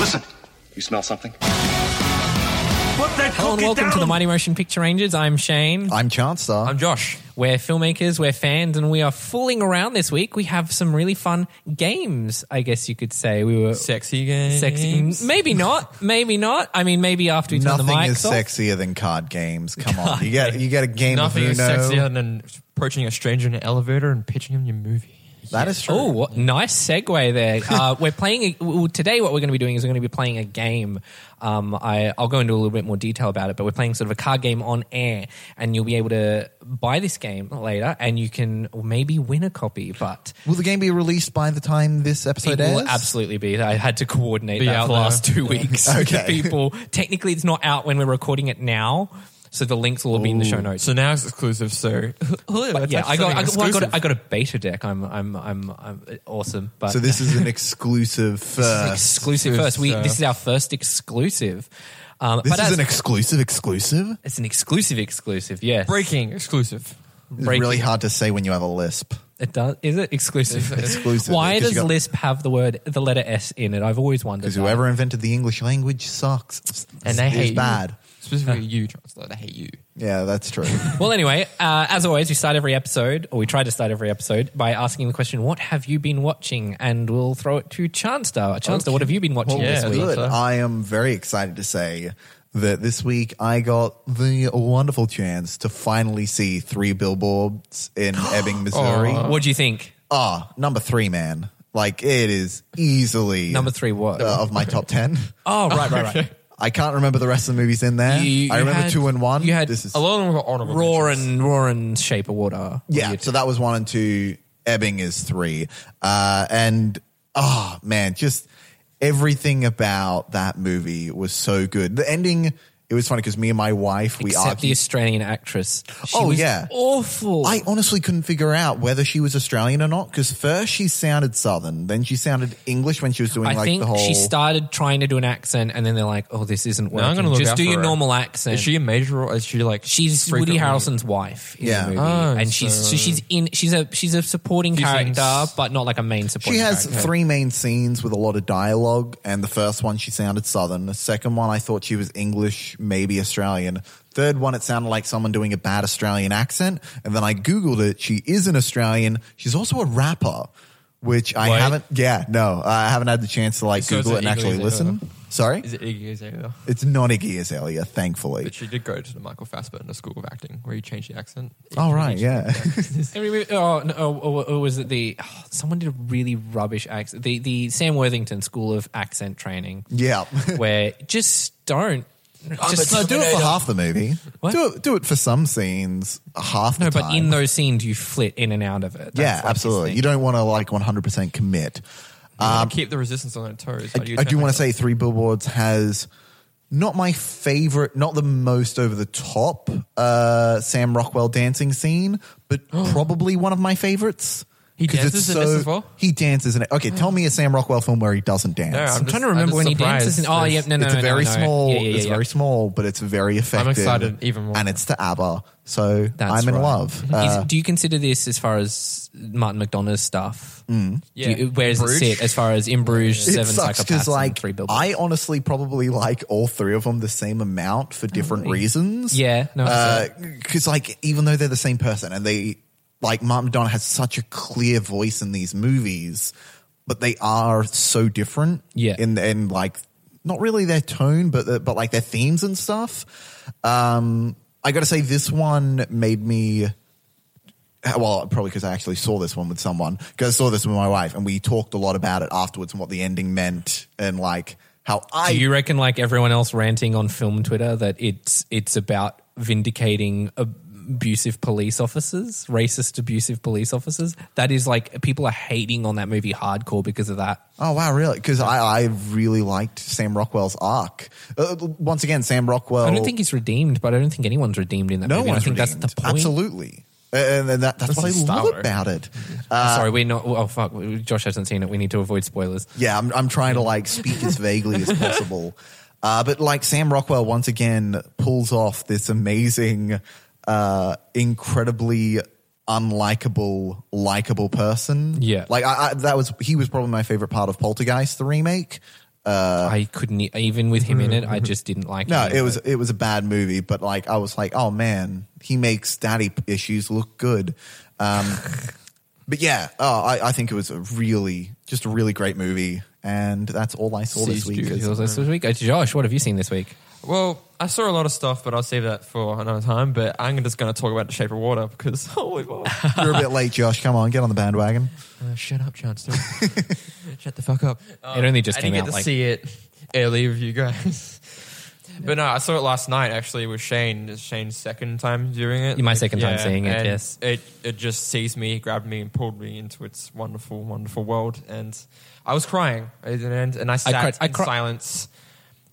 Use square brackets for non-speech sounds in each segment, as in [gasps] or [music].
Listen, you smell something? Hello and welcome to the Mighty Motion Picture Rangers. I'm Shane. I'm Chancellor. I'm Josh. We're filmmakers, we're fans, and we are fooling around this week. We have some really fun games, I guess you could say. We were Sexy games. sexy. m- Maybe not. Maybe not. I mean, maybe after we turn the Nothing mics is off. sexier than card [laughs] games. Come on, you get you get a game Nothing of is Uno. sexier than approaching a stranger in an elevator and pitching him your movie. That is true. Oh, what nice segue there. Uh, we're playing a, well, today. What we're going to be doing is we're going to be playing a game. Um, I, I'll go into a little bit more detail about it, but we're playing sort of a card game on air, and you'll be able to buy this game later, and you can maybe win a copy. But Will the game be released by the time this episode it will airs? absolutely be. I had to coordinate Be that out for the last there. two weeks. [laughs] Okay. because [laughs] people. Technically, it's not out when we're recording it now, so the links will all be in the show notes. So now it's exclusive. So But yeah, I got, I, got, well, I, got a, I got a beta deck. I'm, I'm, I'm, I'm awesome. But So this is an [laughs] exclusive uh, first. exclusive Exclusive, first. We uh, this is our first exclusive. Um, This but is as, an exclusive. Exclusive. it's an exclusive, exclusive. Yes, breaking exclusive. It's Breaking. really hard to say when you have a lisp. It does. Is it exclusive? Exclusive, Why 'cause you does got- Lisp have the word the letter S in it? I've always wondered. Because that. whoever invented the English language sucks, And they It's hate you. bad. Specifically, you, Chancellor. They hate you. Yeah, that's [laughs] true. Well, anyway, uh, as always, we start every episode, or we try to start every episode by asking the question, "What have you been watching?" And we'll throw it to Chanstar. Chanstar, what have you been watching Well, this yeah, week? Good. so. I am very excited to say that this week I got the wonderful chance to finally see three billboards [gasps] in Ebbing, Missouri. What do you think? Ah, number three, man. Like it is easily Number three, what? uh, of my top ten. [laughs] Oh, right, right, right. I can't remember the rest of the movies in there. You- you I remember had- two and one. you had this is A lot of them got honorable. Roar mentions. and Roar and Shape of Water. yeah. So that was one and two. Ebbing is three. Uh, and oh man, just everything about that movie was so good. The ending. It was funny because me and my wife we Except the argued. Australian actress. She Oh, was yeah. awful. I honestly couldn't figure out whether she was Australian or not because first she sounded Southern, then she sounded English when she was doing I like think the whole. she started trying to do an accent, and then they're like, "Oh, this isn't working. Now I'm going to look Just out do for your her. normal accent." Is she a major? Or is she like she's frequently- Woody Harrelson's wife in Yeah. the movie, Oh, and she's Ah, so, so- she's in she's a she's a supporting Few character, things. but not like a main supporting. She has character. three main scenes with a lot of dialogue, and the first one she sounded southern. The second one I thought she was English, maybe Australian. Third one it sounded like someone doing a bad Australian accent, and then I googled it. She is an Australian. She's also a rapper, which I Wait. haven't. Yeah, no, I haven't had the chance to like So Google it and it's an actually Iggy listen. Azalea. Sorry, Is it Iggy Azalea? it's not Iggy Azalea, thankfully. But she did go to the Michael Fassbender School of Acting, where you change the accent. Oh right, yeah. Every movie- oh, no, oh, oh, oh, was it the oh, someone did a really rubbish accent? The the Sam Worthington School of Accent [laughs] Training, Yeah. where just don't just no, do it for half the movie. What? Do it, do it for some scenes, half the No, time. but in those scenes, you flit in and out of it. That's yeah, like his absolutely. thing. You don't want to like 100% commit. Um, keep the resistance on their toes. I, I How you do attract want to them? say Three Billboards has not my favorite, not the most over the top uh, Sam Rockwell dancing scene, [gasps] but probably one of my favorites. He 'Cause it's dances in this as well? He dances in it. Okay, tell me a Sam Rockwell film where he doesn't dance. I'm I'm just- trying to remember I'm when he just dances. In, surprised oh, yeah, there's- no, no, it's no, a very no, no. small. Yeah, yeah, yeah, it's yeah. very small, but it's very effective. excited even more And now. it's to ABBA, so That's I'm in right. love. Uh, Is, do you consider this as far as Martin McDonough's stuff? Mm. Yeah. where does it Bruges? sit as far as In Bruges, it Seven sucks Psychopaths, because and like Three Billboards? I honestly probably like all three of them the same amount for different reasons. Yeah, no, uh, I because like even though they're the same person and they like Martin Madonna has such a clear voice in these movies, but they are so different. Yeah. in in like not really their tone, but the, but like their themes and stuff. Um, I got to say this one made me well, probably because I actually saw this one with someone, because I saw this with my wife, and we talked a lot about it afterwards and what the ending meant and like how I Do you reckon, like everyone else ranting on film Twitter, that it's it's about vindicating abusive police officers, racist abusive police officers? That is like people are hating on that movie hardcore because of that. Oh wow, really? Because I, I really liked Sam Rockwell's arc. Uh, once again, Sam Rockwell. I don't think he's redeemed, but I don't think anyone's redeemed in that Oh. no movie. and one's I think redeemed. that's the point. Absolutely, and, and that, that's This what I is Star love Wars. about it. Uh, Sorry, we're not. Oh fuck, Josh hasn't seen it. We need to avoid spoilers. Yeah, I'm, I'm trying to like speak as vaguely as [laughs] possible. Uh, but like Sam Rockwell once again pulls off this amazing, uh, incredibly unlikable, likable person. Yeah. like I, I, that was he was probably my favorite part of Poltergeist, the remake. I couldn't e- even with him in it. Mm. I just didn't like. No, him. it was it was a bad movie, but like I was like, oh man, he makes daddy issues look good. Um, [laughs] but yeah, oh, I, I think it was a really just a really great movie, and that's all I saw this Seized week. you. is- Yours this week. Uh, Josh, what have you seen this week? Well, I saw a lot of stuff, but I'll save that for another time. But I'm just going to talk about The Shape of Water because [laughs] holy moly. You're a bit late, Josh. Come on, get on the bandwagon. Uh, shut up, John Stewart. [laughs] shut the fuck up. Um, It only just I came didn't get out, to like- see it early with you guys. [laughs] But no, I saw it last night actually with Shane. It's Shane's second time doing it. My second time seeing it, and yes. It it just seized me, grabbed me, and pulled me into its wonderful, wonderful world. And I was crying at the end, and I sat cried- I in cri- silence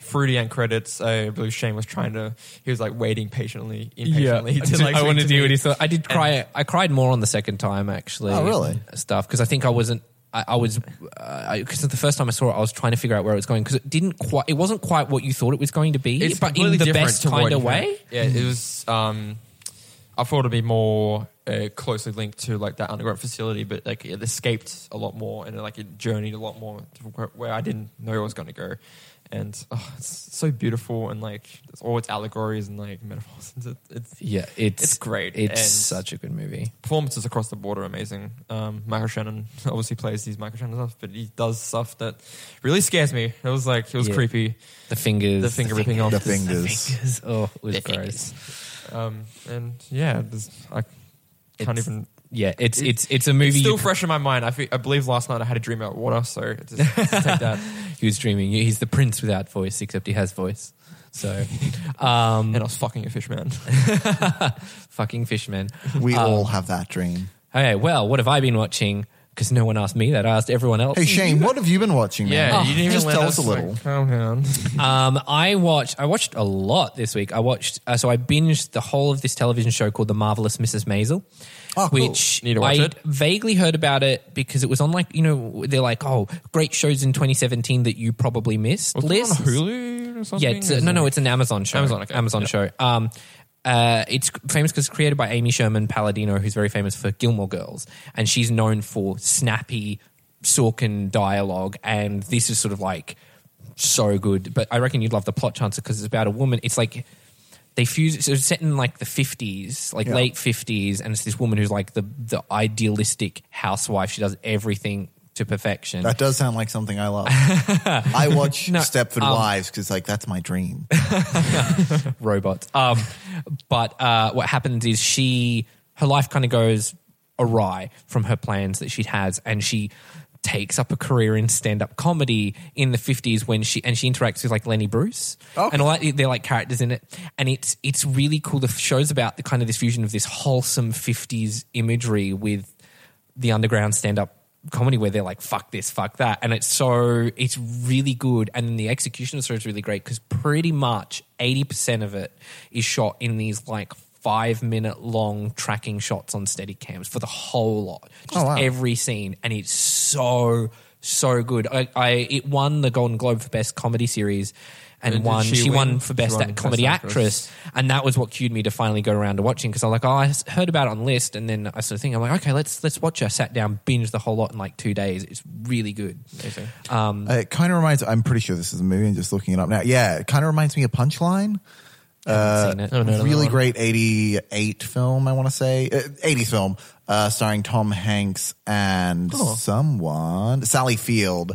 through the end credits. I believe Shane was trying to. He was like waiting patiently, impatiently. [laughs] to, [laughs] like, I speak want to me. do what he thought. I did cry. I cried more on the second time actually. Oh, really? Stuff because I think I wasn't. I, I was because the first time I saw it, I was trying to figure out where it was going because it didn't quite. It wasn't quite what you thought it was going to be, but in completely the different best to what kind of you had. way. Yeah, it was. Um, I thought it'd be more uh, closely linked to like that underground facility, but like it escaped a lot more and like it journeyed a lot more to where, where I didn't know it was going to go. And oh, it's so beautiful and like it's all its allegories and like metaphors. [laughs] It's, it's Yeah, it's It's great, It's and- such a good movie. performances across the board are amazing. Um, Michael Shannon obviously plays these Michael Shannon stuff, but he does stuff that really scares me. It was like it was Yeah. creepy. The fingers, The finger ripping off The fingers. fingers. Oh, it was The gross. fingers. Um, and yeah, there's, I can't It's- even Yeah, it's it's it's a movie. It's you- still fresh in my mind. I, feel, I believe last night I had a dream about water, so [laughs] just, just take that. he was dreaming. He's the prince without voice, except he has voice. So, [laughs] um, And I was fucking a fish man. fucking fishman. We Um, all have that dream. Okay, well, what have I been watching? Because no one asked me that. I asked everyone else. Hey Shane, what have you been watching? man? Yeah, you didn't even just let tell us us a little. Like, calm down. Um, I watched. I watched a lot this week. I watched. Uh, so I binged the whole of this television show called The Marvelous Mrs. Maisel, Oh, cool. which Need to watch I it. vaguely heard about it because it was on like you know they're like oh great shows in 2017 that you probably missed. Was it on lists. Hulu or something? Yeah, it's a, no, no, it's an Amazon show. Amazon, okay. Amazon show. Um, uh, it's famous because it's created by Amy Sherman Palladino, who's very famous for Gilmore Girls, and she's known for snappy Sorkin dialogue, and this is sort of like so good. But I reckon you'd love the plot chancer because it's about a woman. It's like they fuse. So it's set in like the fifties, like Yeah. late fifties, and it's this woman who's like the the idealistic housewife. She does everything to perfection. That does sound like something I [laughs] love. I watch Stepford um, Wives because like that's my dream. robots. Um, but uh, what happens is she her life kind of goes awry from her plans that she has, and she takes up a career in stand-up comedy in the 50s when she and she interacts with like Lenny Bruce Okay. and all that they're like characters in it and it's it's really cool the show's about the kind of this fusion of this wholesome 50s imagery with the underground stand-up comedy where they're like fuck this fuck that and it's so it's really good and then the execution of the show is really great because pretty much 80% of it is shot in these like five minute long tracking shots on steady cams for the whole lot just Oh, wow. every scene and it's so so good I, I it won the golden globe for best comedy series and, And did won she she, won win? for best She won Ac- Best comedy Actress. actress and that was what cued me to finally go around to watching because I was like, oh, I s- heard about it on list, and then I sort of think I'm like, okay, let's let's watch. it. I sat down, binged the whole lot in like two days. It's really good. Um, Uh, it kind of reminds. I'm pretty sure this is a movie. I'm just looking it up now. Yeah, it kind of reminds me of Punchline. I haven't seen it. Uh, really great 88 film, I want to say. Uh, 80 film, uh, starring Tom Hanks and someone, Sally Field.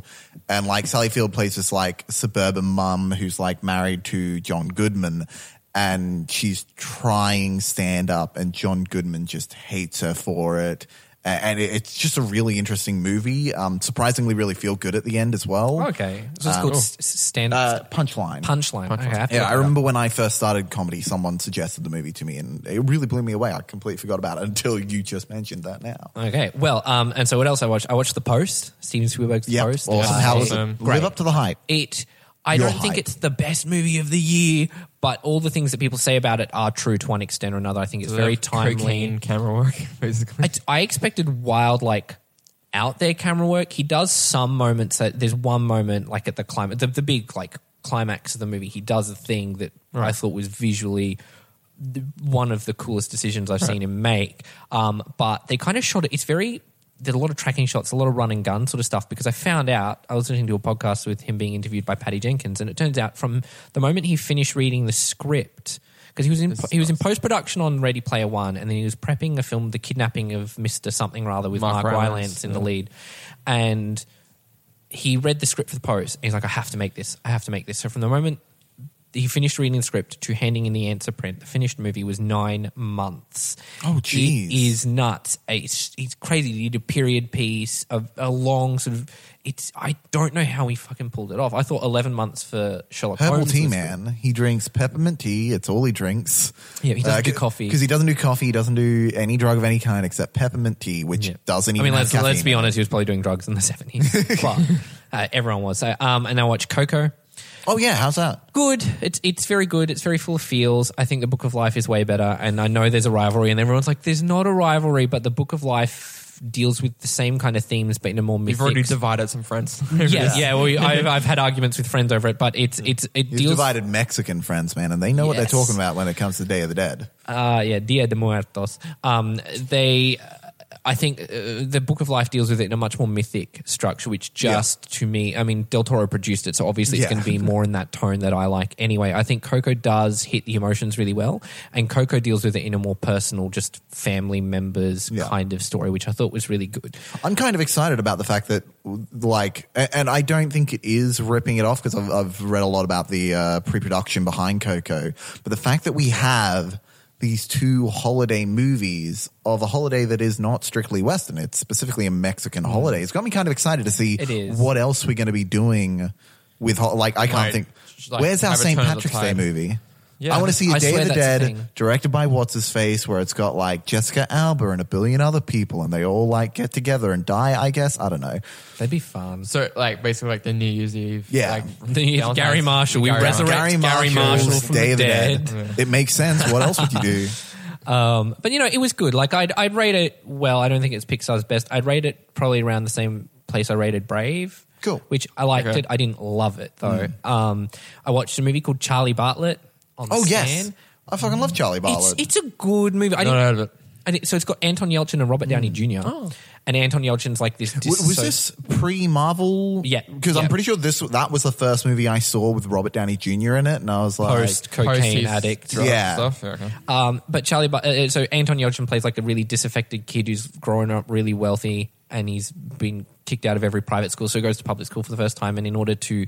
And like Sally Field plays this like suburban mum who's like married to John Goodman. and she's trying stand up, and John Goodman just hates her for it. A- And it- it's just a really interesting movie. Um, surprisingly, really feel good at the end as well. Okay. So Ah, it's called s- s- stand Uh, up punchline. punchline. Okay, I have to Yeah, look I it up. remember when I first started comedy, someone suggested the movie to me, and it really blew me away. I completely forgot about it [laughs] until you just mentioned that now. Okay. Well, um, and so what else I watched? I watched The Post, Steven Spielberg's The Yeah, Post. Uh, awesome. How was Awesome. it? Live up to the hype. It. I Your don't think hype. it's the best movie of the year, but all the things that people say about it are true to one extent or another. I think it's very timely. Cocaine camera work, [laughs] basically. I, I expected wild, like out there camera work. He does some moments that there's one moment like at the climax, the, the big like climax of the movie. He does a thing that I thought was visually the, one of the coolest decisions I've seen him make. Um, but they kind of shot it. It's very did a lot of tracking shots, a lot of run and gun sort of stuff. Because I found out I was listening to a podcast with him being interviewed by Patty Jenkins, and it turns out from the moment he finished reading the script because he was in he was in post production on Ready Player One, and then he was prepping a film, The Kidnapping of Mister Something Rather, with Mark, Mark Rylance, Rylance, in the lead, and he read the script for the post. And he's like, I have to make this. I have to make this. So from the moment he finished reading the script to handing in the answer print, the finished movie was nine months. Oh, It jeez. is nuts. It's, it's crazy. He did a period piece, a, a long sort of. It's. I don't know how he fucking pulled it off. I thought eleven months for Sherlock Herbal Holmes tea was- man. He drinks peppermint tea. It's all he drinks. Yeah, he doesn't do coffee. because he doesn't do coffee. He doesn't do any drug of any kind except peppermint tea, which Yeah. doesn't even. I mean, have let's, let's caffeine be in it. honest. He was probably doing drugs in the [laughs] seventies, but uh, everyone was. So, um, and I watched Coco. Oh yeah, how's that? Good. It's it's very good. It's very full of feels. I think the Book of Life is way better. And I know there's a rivalry, and everyone's like, "There's not a rivalry," but the Book of Life deals with the same kind of themes, but in a more mythic. You've already [laughs] divided some friends. yeah, yeah. Well, I've, I've had arguments with friends over it, but it's it's it He's deals. divided Mexican friends, man, and they know what they're Yes. talking about when it comes to Day of the Dead. uh, yeah, Dia de Muertos. Um, they, I think, uh, the Book of Life deals with it in a much more mythic structure, which just to me, I mean, Del Toro produced it, so obviously it's Yeah. going to be more in that tone that I like. Anyway, I think Coco does hit the emotions really well, and Coco deals with it in a more personal, just family members Yeah. kind of story, which I thought was really good. I'm kind of excited about the fact that, like, a- and I don't think it is ripping it off because I've, I've read a lot about the uh, pre production behind Coco. But the fact that we have these two holiday movies of a holiday that is not strictly Western, it's specifically a Mexican holiday, it's got me kind of excited to see Mm-hmm. It is. what else we're going to be doing with, ho- like, I can't Right. think. Just like Where's our have a St. turn of the Patrick's Day tide. movie? Yeah. I want to see a I Day swear of the that's a thing. Dead directed by What's His Face, where it's got like Jessica Alba and a billion other people, and they all like get together and die. I guess I don't know. That'd be fun. [laughs] So, like, basically, like the New Year's Eve. Yeah. Like, The- [laughs] Valentine's- Gary Marshall, we Gary resurrect Marshall. Gary Marshall from the dead. It makes sense. What else would [laughs] you do? Um, but you know, it was good. Like I'd I'd rate it well. I don't think it's Pixar's best. I'd rate it probably around the same place I rated Brave. Cool. Mm. Which I liked Okay. it. I didn't love it though. Um, I watched a movie called Charlie Bartlett on Oh Stan. yes, I fucking love Charlie It's, Bartlett. it's a good movie. I Not didn't- heard of it. Oh. I didn't- so it's got Anton Yelchin and Robert Downey Jr. And Anton Yelchin's like this. Mm. W- was disso- this pre Marvel? Yeah, because yeah. I'm pretty sure this that was the first movie I saw with Robert Downey Jr. in it, and I was like, Post cocaine Posties, addict. drugs, Yeah. Stuff. Yeah, okay. Um, but Charlie, but, uh, so Anton Yelchin plays like a really disaffected kid who's grown up really wealthy and he's been kicked out of every private school. So he goes to public school for the first time. And in order to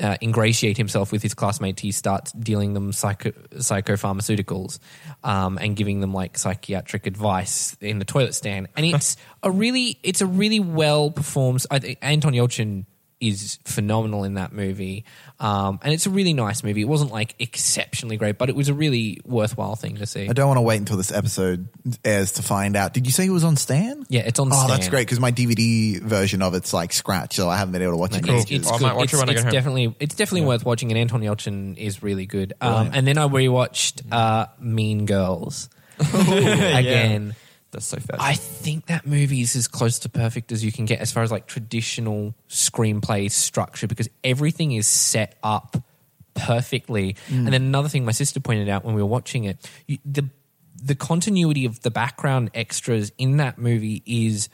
uh, ingratiate himself with his classmates, he starts dealing them psycho- psychopharmaceuticals um, and giving them like psychiatric advice in the toilet stand. And it's a really, it's a really well performed. I think Anton Yelchin is phenomenal in that movie. Um, and it's a really nice movie. It wasn't like exceptionally great, but it was a really worthwhile thing to see. I don't want to wait until this episode airs to find out. Did you say it was on Stan? Yeah, it's on Oh, Stan. that's great because my DVD version of it's like scratch, so I haven't been able to watch it. in It's, ages. it's I good. might watch it's, it when I it's get home. definitely it's definitely worth watching, and Anton Yelchin is really good. Um, and then I rewatched uh, Mean [laughs] Girls Oh, again. That's so fast. I think that movie is as close to perfect as you can get as far as like traditional screenplay structure because everything is set up perfectly. And then another thing my sister pointed out when we were watching it, you, the the continuity of the background extras in that movie is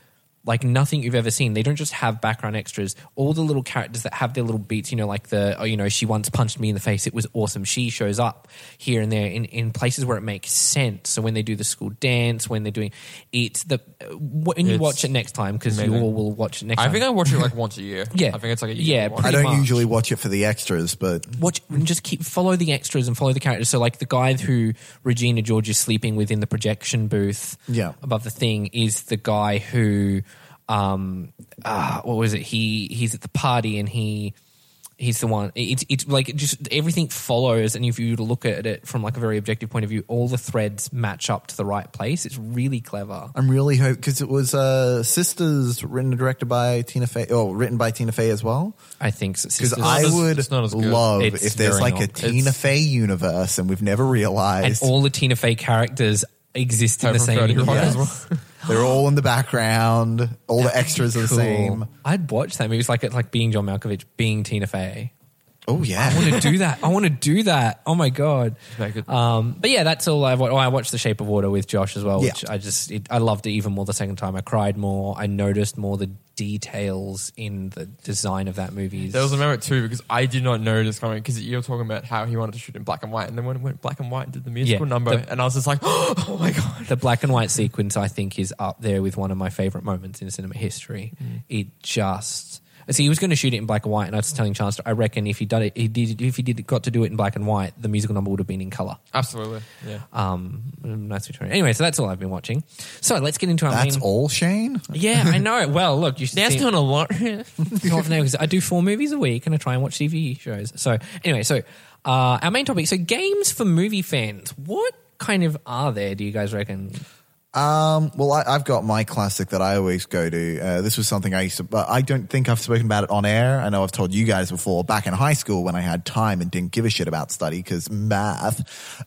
like nothing you've ever seen. They don't just have background extras. All the little characters that have their little beats, you know, like the, oh, you know, she once punched me in the face. It was awesome. She shows up here and there in, in places where it makes sense. So when they do the school dance, when they're doing, it's the, when you It's watch it next time, because you amazing. all will watch it next I time. think I watch it like once a year. Yeah. I think it's like a Yeah, year. I pretty don't much. usually watch it for the extras, but watch and just keep follow the extras and follow the characters. So like the guy who Regina George is sleeping with in the projection booth Yeah. above the thing is the guy who um uh, what was it? He he's at the party and he he's the one it's it's like it just everything follows and if you were to look at it from like a very objective point of view all the threads match up to the right place it's really clever I'm really hope because it was uh, Sisters written and directed by Tina Fey, oh, written by Tina Fey as well. i think so Because Sisters- I as- would it's not as good. love It's if there's very like a not. Tina It's- Fey universe and we've never and realized all the tina fey characters exist in the Everyone's got same it right universe. as well. [laughs] they're all in the background, all the extras are [gasps] the Cool. same. I'd watch that movie. It's like it's like being John Malkovich, being Tina Fey. Oh I yeah, want to do that. I want to do that. Oh my god. Make it- Um, but yeah, that's all I've watched. Oh, I watched The Shape of Water with Josh as well, Yeah. which I just it, I loved it even more the second time. I cried more. I noticed more the details in the design of that movie. There was a moment too because I did not know this coming because you were talking about how he wanted to shoot in black and white, and then when it went black and white and did the musical Yeah, number, the- and I was just like, [gasps] oh my god! the black and white sequence I think is up there with one of my favorite moments in cinema history. Mm. It just see he was going to shoot it in black and white, and I was telling Chance I reckon if he done it, he did if he did got to do it in black and white, the musical number would have been in color. Absolutely, yeah. Um, nice return. Anyway, so that's all I've been watching. So let's get into our [laughs] that's main. all Shane. Yeah, I [laughs] know. Well, look, you should. see- a lot. [laughs] [laughs] no, I've never- 'cause I do four movies a week and I try and watch TV shows. So anyway, so uh, our main topic. So games for movie fans. What kind of are there? Do you guys reckon? Um, well, I, I've got my classic that I always go to. Uh, this was something I used to, but I don't think I've spoken about it on air. I know I've told you guys before back in high school when I had time and didn't give a shit about study because math.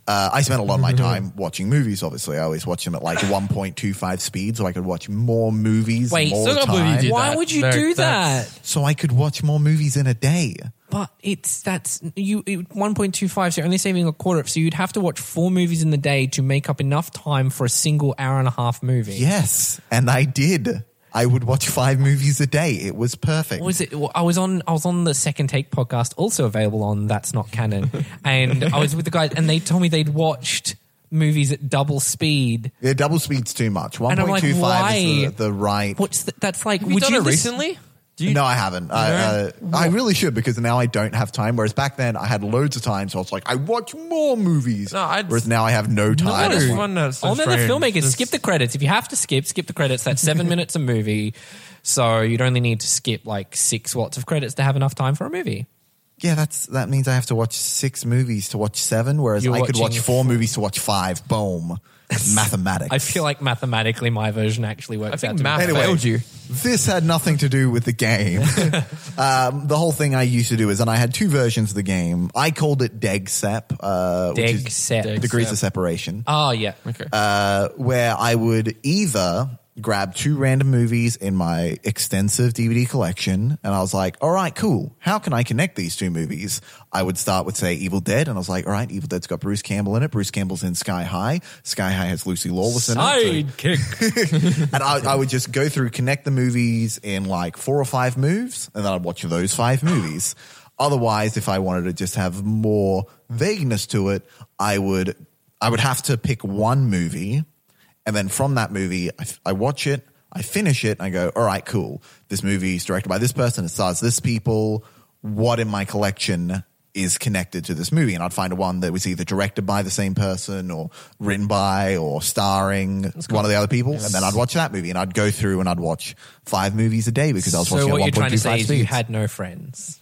Uh, I spent a [laughs] lot of my time watching movies, obviously. I always watch them at like 1.25 speed so I could watch more movies. Wait, more so I can't believe you time. did Why that. would you No, do that's- that? So I could watch more movies in a day. But it's that's you it, 1.25, so you're only saving a quarter. So you'd have to watch four movies in the day to make up enough time for a single hour and a half movie. Yes. And I did. I would watch five movies a day. It was perfect. What was it? I was on. I was on the second take podcast, also available on That's Not [laughs] Canon, and I was with the guys, and they told me they'd watched movies at double speed. yeah, double speed's too much. And I'm like, 1.25 why? is the, the right. What's the, that's like? Have you would done you it listen- recently? Do you? no, I haven't. I, uh, I really should because now I don't have time. Whereas back then I had loads of time, so I was like, I watch more movies. No, I'd- Whereas now I have no time. I No. just find that so oh, no, the strange. filmmakers Just- skip the credits. If you have to skip, skip the credits. That's [laughs] seven minutes a movie, so you'd only need to skip like six watts of credits to have enough time for a movie. yeah, that's that means I have to watch six movies to watch seven, whereas You're I could watch watching four movies to watch five. Boom, mathematics. I feel like mathematically, my version actually works I out. think to be- math Anyway. failed you. this had nothing to do with the game. um, the whole thing I used to do is, and I had two versions of the game. I called it Degsep, uh, which is Degsep. degrees of separation. Oh yeah. Okay. where I would either grab two random movies in my extensive DVD collection and I was like, all right, cool. How can I connect these two movies? I would start with, say, Evil Dead. And I was like, all right, Evil Dead's got Bruce Campbell in it. Bruce Campbell's in Sky High. Sky High has Lucy Lawless in it. Uh, So- Sidekick. [laughs] and I, I would just go through, connect the movies in like four or five moves, and then I'd watch those five movies. Otherwise, if I wanted to just have more vagueness to it, I would I would have to pick one movie, and then from that movie, I, f- I watch it, I finish it, and I go, all right, cool. This movie is directed by this person, it stars this people. What in my collection is connected to this movie? And I'd find one that was either directed by the same person, or written by, or starring one of the other people, and then I'd watch that movie, and I'd go through and I'd watch five movies a day because I was so watching. what at you're trying to say 1.25 is you speeds. had no friends.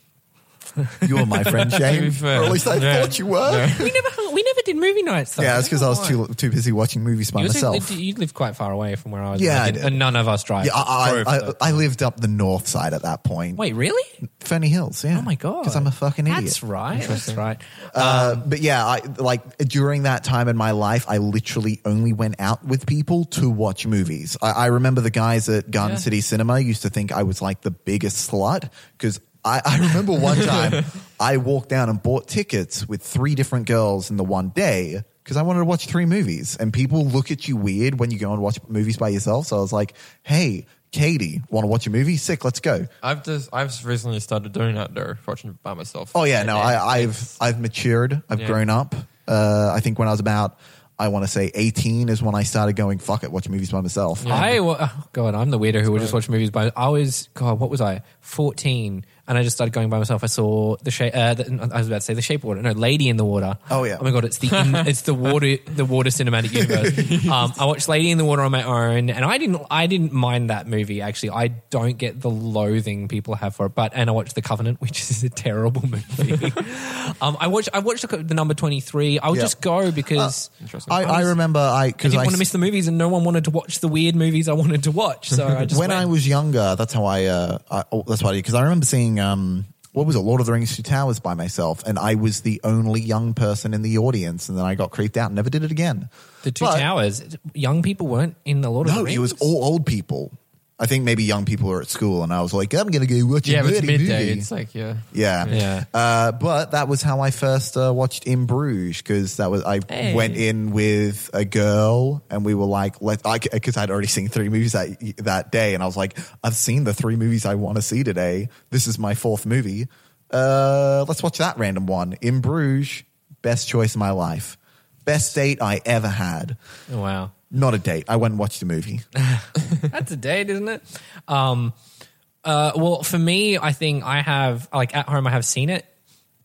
you were my [laughs] friend Shane, be or fair. at least I Yeah. thought you were. [laughs] We never hung, we never did movie nights though. Yeah, that's because I was Why? too too busy watching movies by You also myself. lived- you lived quite far away from where I was. Yeah, I and, did. and none of us drive. Yeah, I, I, I, Drove. I lived up the north side at that point. Wait, really? Fernie Hills, yeah. Oh my god! Because I'm a fucking idiot. That's right. That's right. Uh, but yeah, I like during that time in my life, I literally only went out with people to watch movies. I, I remember the guys at Garden City Cinema used to think I was like the biggest slut because I, I remember one time I walked down and bought tickets with three different girls in the one day because I wanted to watch three movies. And people look at you weird when you go and watch movies by yourself. So I was like, hey, Katie, want to watch a movie? Sick, let's go. I've just I've recently started doing that though, watching it by myself. Oh yeah, no, And it's- I, I've it's- I've matured. I've Yeah. grown up. Uh, I think when I was about, I want to say eighteen is when I started going fuck it, watch movies by myself. I wa- oh god, I'm the weirdo who would just watch movies by. I was god, what was I? Fourteen, and I just started going by myself. I saw the shape. Uh, the, I was about to say the shape of water. No, Lady in the Water. Oh, yeah. Oh my god, it's the in, it's the water the water cinematic [laughs] universe. um, I watched Lady in the Water on my own, and I didn't I didn't mind that movie actually. I don't get the loathing people have for it, but and I watched The Covenant, [laughs] which is a terrible [laughs] movie. um, I watched I watched the, number twenty three. I would Yeah. Uh, just go because. Interesting. I, I remember I I because didn't I, want to miss the movies, and no one wanted to watch the weird movies I wanted to watch. So [laughs] I just when went. I was younger, that's how I. Uh, I oh, that's what I did because I remember seeing. Um, what was it? Lord of the Rings: Two Towers by myself, and I was the only young person in the audience, and then I got creeped out and never did it again. the Two But- Towers. Young people weren't in the Lord of the No, Rings. it was all old people. I think maybe young people were at school, and I was like, I'm gonna go watch a yeah, but it's nerdy midday. movie. It's like yeah, Yeah. Yeah. Uh, but that was how I first uh, watched In Bruges because that was I went in with a girl and we were like, let because I'd already seen three movies that that day and I was like, I've seen the three movies I want to see today. This is my fourth movie. Uh, let's watch that random one. In Bruges, best choice of my life, best date I ever had. Oh, wow, Not a date. I went and watched [laughs] a movie. that's a date, isn't it? Um, uh, well, for me, I think I have like at home. I have seen it,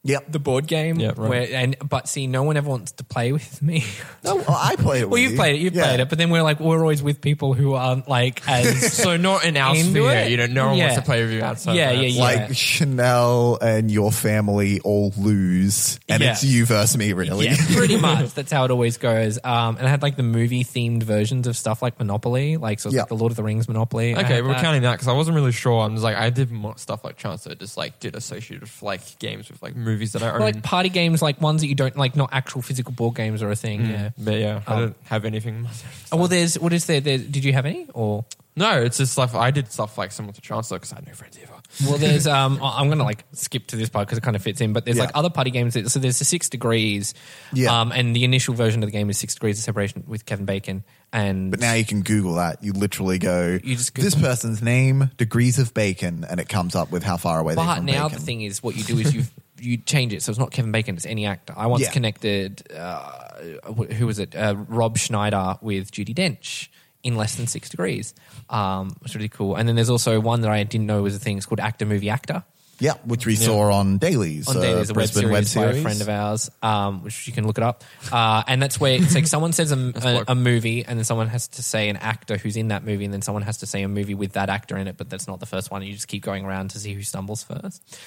yep. the board game. Yeah, right. Where, and but see, no one ever wants to play with me. [laughs] Oh, I played it. well, with you've you. played it. You've Yeah. played it, but then we're like we're always with people who aren't like as [laughs] So not in our Into sphere. it? You know, no one wants Yeah. to play with you outside. Yeah, of that. yeah, yeah. like Chanel and your family all lose, and Yeah. it's you versus me, really. Yeah, pretty much. That's how it always goes. Um, and I had like the movie themed versions of stuff like Monopoly, like so it's Yeah. like the Lord of the Rings Monopoly. I Okay, had we're that. counting that because I wasn't really sure. I'm just like I did mo- stuff like chance that just like did associated with like games with like movies that I own. Or, like party games, like ones that you don't like, not actual physical board games or a thing. Yeah. but yeah, I Um, don't have anything. [laughs] Oh, well, there's what is there, there? Did you have any or? No, it's just stuff I did stuff like similar to Chancellor because I had no friends either. Well, there's um, I- I'm gonna like skip to this part because it kind of fits in, but there's Yeah. like other party games. That, so there's the Six Degrees, Yeah. um, and the initial version of the game is Six Degrees of Separation with Kevin Bacon, and [laughs] But now you can Google that. You literally go, You just this Google- person's name, degrees of bacon, and it comes up with how far away they're But from now bacon. the thing is, what you do is you you change it, so it's not Kevin Bacon; it's any actor. I once Yeah. connected, uh, wh- who was it? Uh, Rob Schneider with Judy Dench in less than six degrees. Um, it's really cool. And then there's also one that I didn't know was a thing. It's called Actor Movie Actor Yeah, which we saw on Dailies. on uh, Daily. There's a web Brisbane series, by a friend of ours, um, which you can look it up. Uh, and that's where it's like someone [laughs] says a, a, a movie, and then someone has to say an actor who's in that movie, and then someone has to say a movie with that actor in it, but that's not the first one. You just keep going around to see who stumbles first.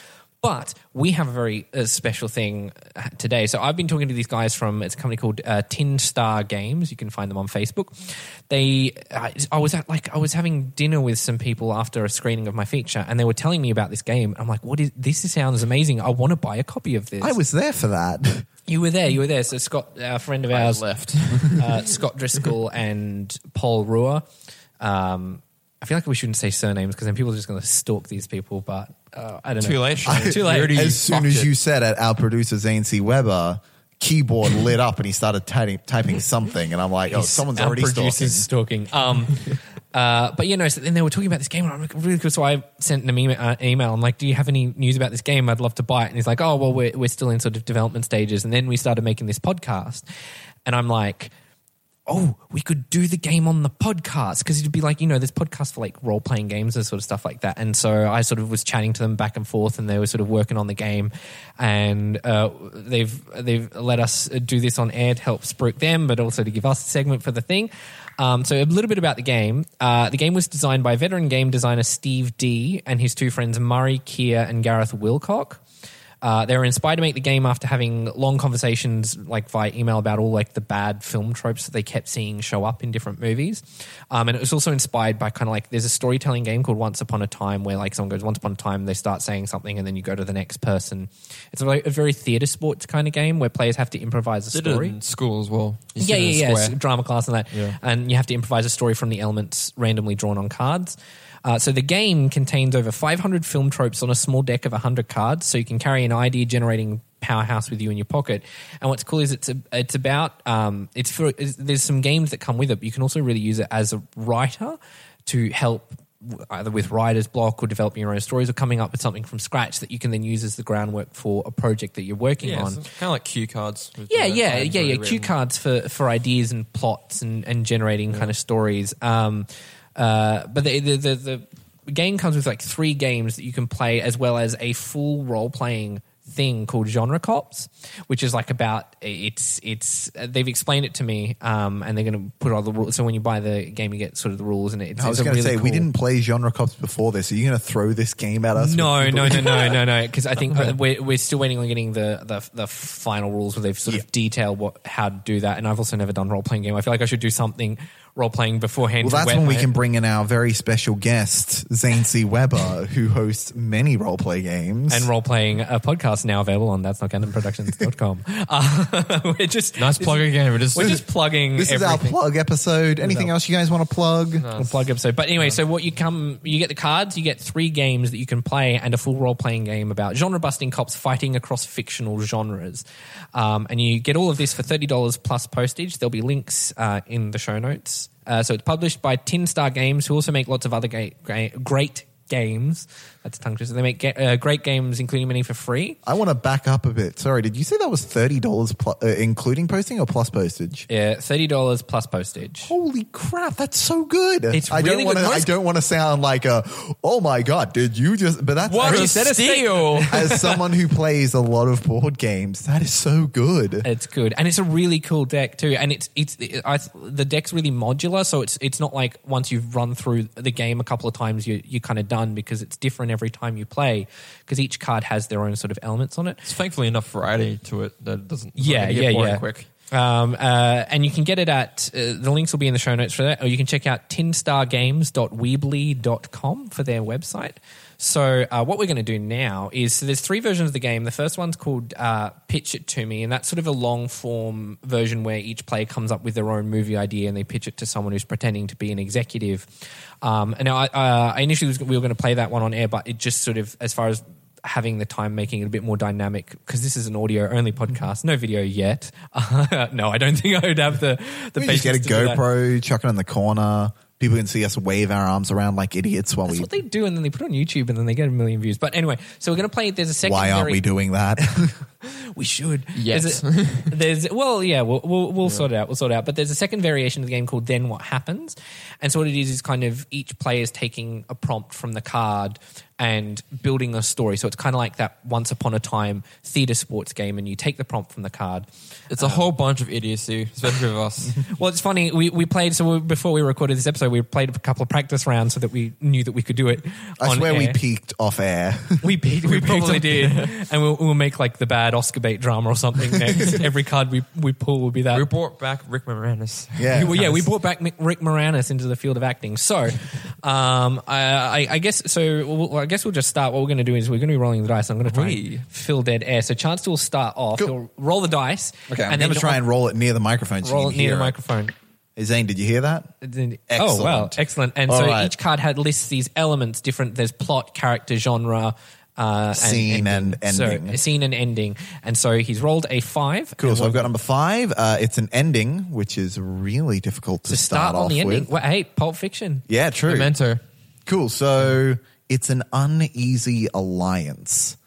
But we have a very uh, special thing uh, today. So I've been talking to these guys from it's a company called uh, Tin Star Games. You can find them on Facebook. They, I, I was at like I was having dinner with some people after a screening of my feature, and they were telling me about this game. I'm like, what is this? Sounds amazing. I want to buy a copy of this. I was there [laughs] for that. You were there. You were there. So Scott, a friend of ours, left. [laughs] uh, Scott Driscoll and Paul Ruhr. Um, I feel like we shouldn't say surnames because then people are just going to stalk these people. But uh, I don't know. Too [laughs] late, Shane. Too late. already- as soon fucked as it. you said it, our producer, Zane C. Weber, keyboard lit up and he started typing, typing something. And I'm like, oh, someone's Our already stalking. producer's stalking. Um, [laughs] uh, but you know, so then they were talking about this game, and I'm like, really cool. So I sent an email, uh, email. I'm like, do you have any news about this game? I'd love to buy it. And he's like, oh, well, we're, we're still in sort of development stages. And then we started making this podcast, and I'm like. Oh, we could do the game on the podcast because it'd be like you know, there's podcasts for like role playing games and sort of stuff like that. And so I sort of was chatting to them back and forth, and they were sort of working on the game, and uh, they've they've let us uh, do this on air to help spruik them, but also to give us a segment for the thing. Um, so a little bit about the game. Uh, the game was designed by veteran game designer Steve D and his two friends Murray Keir and Gareth Wilcock. Uh, they were inspired to make the game after having long conversations, like via email, about all like the bad film tropes that they kept seeing show up in different movies. Um, and it was also inspired by kind of like there's a storytelling game called Once Upon a Time, where like someone goes Once Upon a Time, they start saying something, and then you go to the next person. It's like a very theater sports kind of game where players have to improvise a Did it story in school as well. You yeah, sit in a yeah, yeah. square. it's Drama class and that, and you have to improvise a story from the elements randomly drawn on cards. Uh, so the game contains over 500 film tropes on a small deck of 100 cards. So you can carry an ID generating powerhouse with you in your pocket. And what's cool is it's a, it's about um, it's for is, there's some games that come with it, but you can also really use it as a writer to help w- either with writer's block or developing your own stories or coming up with something from scratch that you can then use as the groundwork for a project that you're working Yeah, on. kind of like cue cards. with Yeah, the yeah, plans yeah, yeah. already Cue written. cards for for ideas and plots and and generating kind of stories. Um, uh, but the the, the the game comes with like three games that you can play, as well as a full role playing thing called genre cops which is like about it's it's they've explained it to me um and they're going to put all the rules so when you buy the game you get sort of the rules and it's I was it's a going to really say we cool- didn't play genre cops before this. Are you going to throw this game at us? no, no, no, no, no, [laughs] no. Because I think uh, we're, we're still waiting on getting the, the the final rules where they've sort Yeah. of detailed what how to do that. And I've also never done role playing game. I feel like I should do something role playing beforehand. Well, to that's wet when we my- can bring in our very special guest, Zane C. Weber, [laughs] who hosts many role play [laughs] games. and role playing a podcast now available on that's not productions.com. Uh, [laughs] we're just Nice plug again. We're just, we're just plugging this is everything. our plug episode. Anything else you guys want to plug? We'll plug episode. But anyway, so what you come, you get the cards, you get three games that you can play, and a full role playing game about genre busting cops fighting across fictional genres. Um, and you get all of this for thirty dollars plus postage. There'll be links uh, in the show notes. Uh, so it's published by Tin Star Games, who also make lots of other ga- ga- great games. That's a tongue twister. They make ga- uh, great games, including many for free. I want to back up a bit. Sorry, did you say that was thirty dollars pl- uh, including posting or plus postage? Yeah, thirty dollars plus postage. Holy crap, that's so good! It's I don't really wanna- good. I don't want to sound like a oh my god, did you just? But that's what actually- a said a steal. as someone who plays a lot of board games, that is so good. It's good, and it's a really cool deck too. And it's it's it, I, the deck's really modular, so it's it's not like once you've run through the game a couple of times, you you're kind of done because it's different every time you play because each card has their own sort of elements on it. It's thankfully enough variety to it that it doesn't. it's not Yeah, gonna get yeah, boring yeah. Quick. Um, uh, and you can get it at uh, the links will be in the show notes for that, or you can check out tinstargames.weebly.com for their website. So, uh, what we're going to do now is so there's three versions of the game. The first one's called uh, Pitch It To Me, and that's sort of a long form version where each player comes up with their own movie idea and they pitch it to someone who's pretending to be an executive. Um, and now I, uh, I initially was, we were going to play that one on air, but it just sort of, as far as having the time making it a bit more dynamic because this is an audio only podcast, no video yet. [laughs] no, I don't think I would have the the We just get a patience to do that. GoPro, chuck it in the corner. People can see us wave our arms around like idiots while That's we. what they do, and then they put it on YouTube, and then they get a million views. But anyway, so we're going to play. There's a second. Why aren't we doing that? [laughs] we should. Yet. There's, a- there's well, yeah, we'll we'll, we'll sort it out. We'll sort it out. But there's a second variation of the game called Then What Happens, and so what it is is kind of each player is taking a prompt from the card and building a story. So it's kind of like that Once Upon a Time theater sports game, and you take the prompt from the card. It's a whole bunch of idiocy, especially with us. Well, it's funny. We, we played so we, before we recorded this episode, we played a couple of practice rounds so that we knew that we could do it. I on swear we air. peaked off air. [laughs] We peaked. We, peaked probably on- did, and we'll, we'll make like the bad Oscar bait drama or [laughs] something next. Every card we, we pull will be that. [laughs] we brought back Rick Moranis. [laughs] Yeah. We- yeah, we brought back Mick- Rick Moranis into the field of acting. So, um, I, I, I guess so. We'll, I guess we'll just start. What we're going to do is we're going to be rolling the dice. I'm going to try We? and fill dead air. So, Chance will start off. Cool. He'll roll the dice. Okay, I'm going to try and roll it near the microphone. so roll you it can near the hear microphone. Hey, Zane, did you hear that? Then- Excellent. Oh wow, excellent! And All so right. each card had lists these elements. Different. There's plot, character, genre, uh, and Scene and ending. So, scene and ending. And so he's rolled a five. Cool. And So I've got number five. Uh, it's an ending, which is really difficult to, to start, on off the ending. with. Well, hey, Pulp Fiction. Yeah, true. Memento. Cool. So it's an uneasy alliance.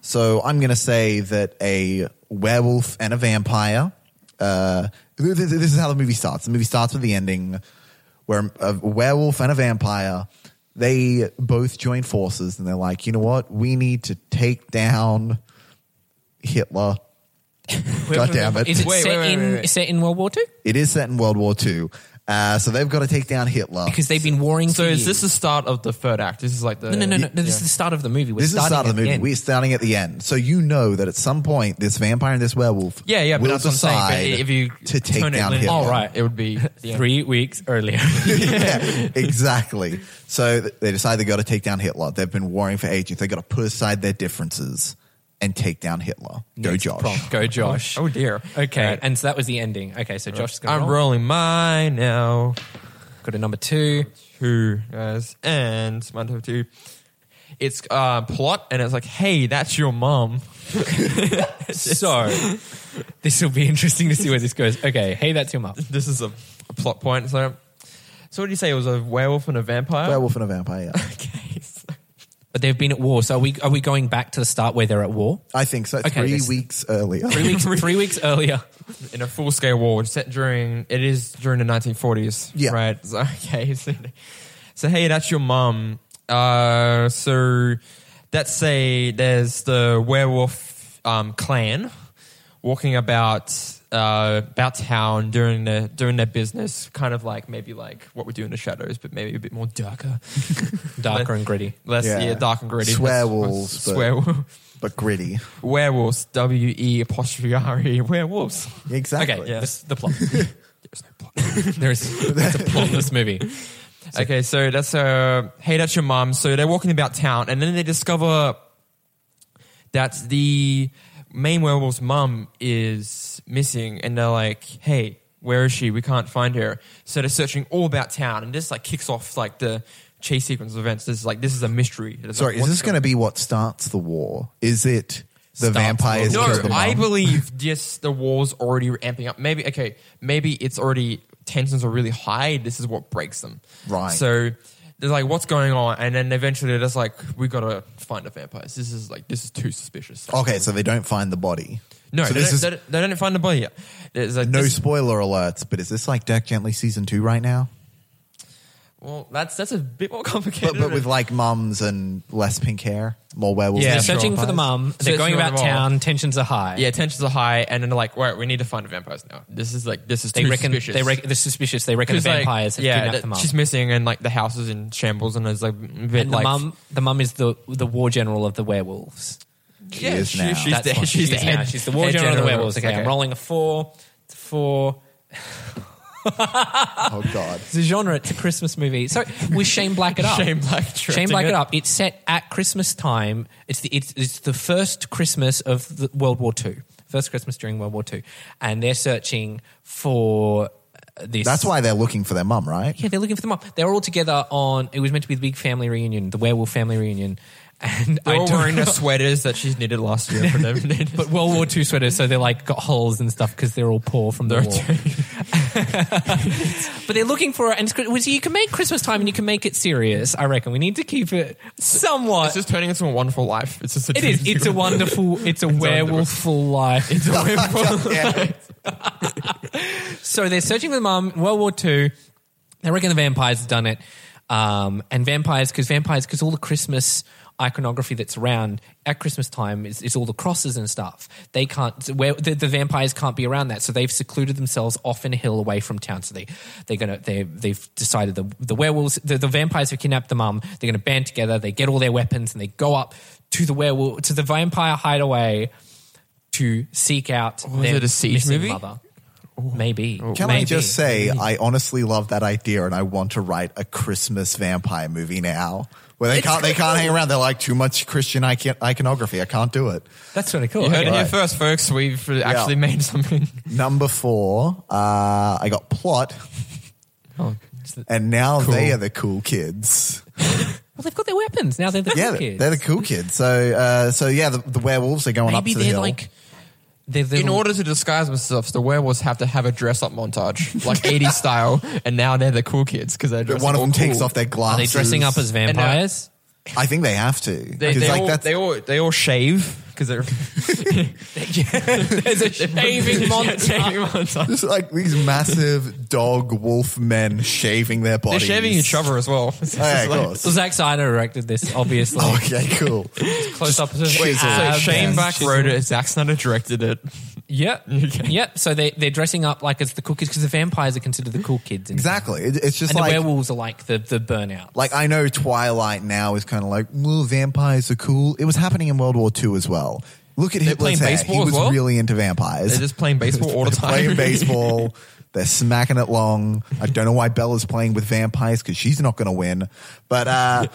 So I'm going to say that a werewolf and a vampire. Uh, th- th- this is how the movie starts. The movie starts with the ending where a werewolf and a vampire they both join forces and they're like, you know what? We need to take down Hitler. [laughs] God damn it! Is it Wait, set wait, wait, in wait, wait. set in World War Two? It is set in World War II. Uh, so they've got to take down Hitler. Because they've been warring. So for is this years. the start of the third act? This is like the no, no, no, no, Yeah. no? This is the start of the movie. We're This is the starting start of at the movie. end. We're starting at the end. So you know that at some point this vampire and this werewolf yeah, yeah. will but that's what I'm saying. decide But if you to take turn down it, Hitler. linear, Oh, right. it would be [laughs] the end. Three weeks [laughs] earlier. yeah, exactly. So th- they decide they got to take down Hitler. They've been warring for ages. They got to put aside their differences and take down Hitler. Go Josh. Prompt. Go, Josh. Oh dear. Okay, Right. and so that was the ending. Okay, so Josh is going. I'm roll. rolling mine now. Got a number two. [laughs] Two guys and mine have two. It's uh, plot and it's like, hey, that's your mom. so this will be interesting to see where this goes. Okay, hey, that's him up. [laughs] This is a, a plot point. So, so what did you say? It was a werewolf and a vampire. Werewolf and a vampire. Yeah, [laughs] Okay. so- But they've been at war. So are we are we going back to the start where they're at war? I think so. Okay, three this- weeks earlier. Three weeks three weeks earlier. in a full scale war it's set during it is during the 1940s Yeah. right [laughs] so, okay so, so hey that's your mum uh so let's say there's the werewolf um clan walking about uh about town during their during their business kind of like maybe like what we do in the shadows but maybe a bit [laughs] more darker Darker and gritty. less yeah, Yeah. dark and gritty Swear wolves, but- swear [laughs] but gritty. [laughs] werewolves w e apostrophe r e werewolves Exactly. Okay, yeah. This, the plot. [laughs] there is it's a plot in this movie. [laughs] Okay, so that's uh, hey, that's your mom. So they're walking about town, and then they discover that the main werewolf's mom is missing, and they're like, "Hey, where is she? We can't find her." So they're searching all about town, and this like kicks off like the chase sequence of events. This is like this is a mystery. It's Sorry, like, is what's this going to be what starts the war? Is it the Starts vampires? the war. kill No, the I mom? [laughs] believe just the war's already amping up. Maybe okay, maybe it's already tensions are really high. This is what breaks them. Right. So they're like, what's going on? And then eventually they're just like, we gotta find the vampires. This is like this is too suspicious. Okay, so they don't find the body. No, Oh, so they, this don't, is they, don't, they don't find the body yet. There's like no this- spoiler alerts. But is this like Jack Gently season two right now? well, that's that's a bit more [laughs] complicated. But but with like mums and less pink hair, more werewolves. Yeah, They're and searching for the vampires? mum. So They're it's going not about involved. town. Tensions are high. yeah, tensions are high, and then they're like, wait, we need to find the vampires now. This is like this is They too reckon suspicious. they reckon they're suspicious. They reckon the 'Cause, like, vampires have kidnapped that- the mum. she's missing, and like the house is in shambles, and there's like a bit And the like mum, the mum is the the war general of the werewolves. She yeah, is she- now. She's, That's the, fine. she's, the is head. now. She's the war head general of the werewolves. Okay, I'm [laughs] Okay. rolling a four. It's a four. Oh god. It's a genre. It's a Christmas movie. So was Shane Black it [laughs] up? Shane Black Shane directing Black it it. up. It's set at Christmas time. It's the it's, it's the first Christmas of the World War Two. First Christmas during World War Two, and they're searching for uh, this. That's why they're looking for their mum, right? Yeah, they're looking for them up. They're all together on. It was meant to be the big family reunion, the werewolf family reunion, and They're I all don't wearing the know- sweaters that she's knitted last [laughs] year for them. but World War Two sweaters, so they're like got holes and stuff because they're all poor from the They're war. [laughs] but they're looking for it, and it's, cri- well, so you can make Christmas time and you can make it serious. I reckon we need to keep it somewhat. it's just turning into a wonderful life. It's just a it is. It's a wonderful. It's a werewolfful life. It's a werewolf. [laughs] so they're searching for the mum. in World War Two. They reckon the vampires have done it, um, and vampires because vampires because all the Christmas iconography that's around at Christmas time is, is all the crosses and stuff. They can't where the, the vampires can't be around that, so they've secluded themselves off in a hill away from town. So they they're gonna they they've decided the the werewolves the, the vampires have kidnapped the mum. They're gonna band together. They get all their weapons and they go up to the werewolf to the vampire hideaway to seek out Was their Oh, it a siege missing movie? Oh. mother. Maybe. Can I Maybe. just say, I honestly love that idea, and I want to write a Christmas vampire movie now. Where they can't, they can't hang around. They're like too much Christian icon- iconography. I can't do it. that's really cool. [laughs] You heard it here Right. first, folks. We've actually made something. Number four, uh, I got plot, Oh, and now they are the cool kids. Well, they've got their weapons now. They're the Yeah, cool they're, kids. they're the cool kids. So, uh, so yeah, the, the werewolves are going up Maybe to the they're hill. like they're the In order to disguise themselves, the werewolves have to have a dress up montage, like [laughs] 80s style, and now they're the cool kids because they're But dressed one of all them takes cool. off their Are glasses. they dressing up as now- vampires? I think they have to. 'Cause, They, they, like, all, that's- they all they all shave because they're [laughs] There's a [laughs] shaving monster. It's like these massive dog wolf men shaving their they're bodies. shaving each other as well. [laughs] It's Oh, yeah, just of like- So course. [laughs] Zack Snyder directed this, obviously. [laughs] Oh, okay, cool. Close up. Wait, Chisel. so Abs. Shane Black Chisel. wrote it. Zack Snyder directed it. Yep. [laughs] Yep. So they they're dressing up like as the cool kids because the vampires are considered the cool kids. in- Exactly. It, it's just And like the werewolves are like the the burnout. like I know Twilight now is kind of like, well, vampires are cool. It was happening in World War II as well. Look at playing Hitler's hair. baseball He as was well? really into vampires. They're just playing baseball all the They're time. [laughs] Playing baseball. They're smacking it long. I don't know why Bella's playing with vampires because she's not going to win. But [laughs] uh,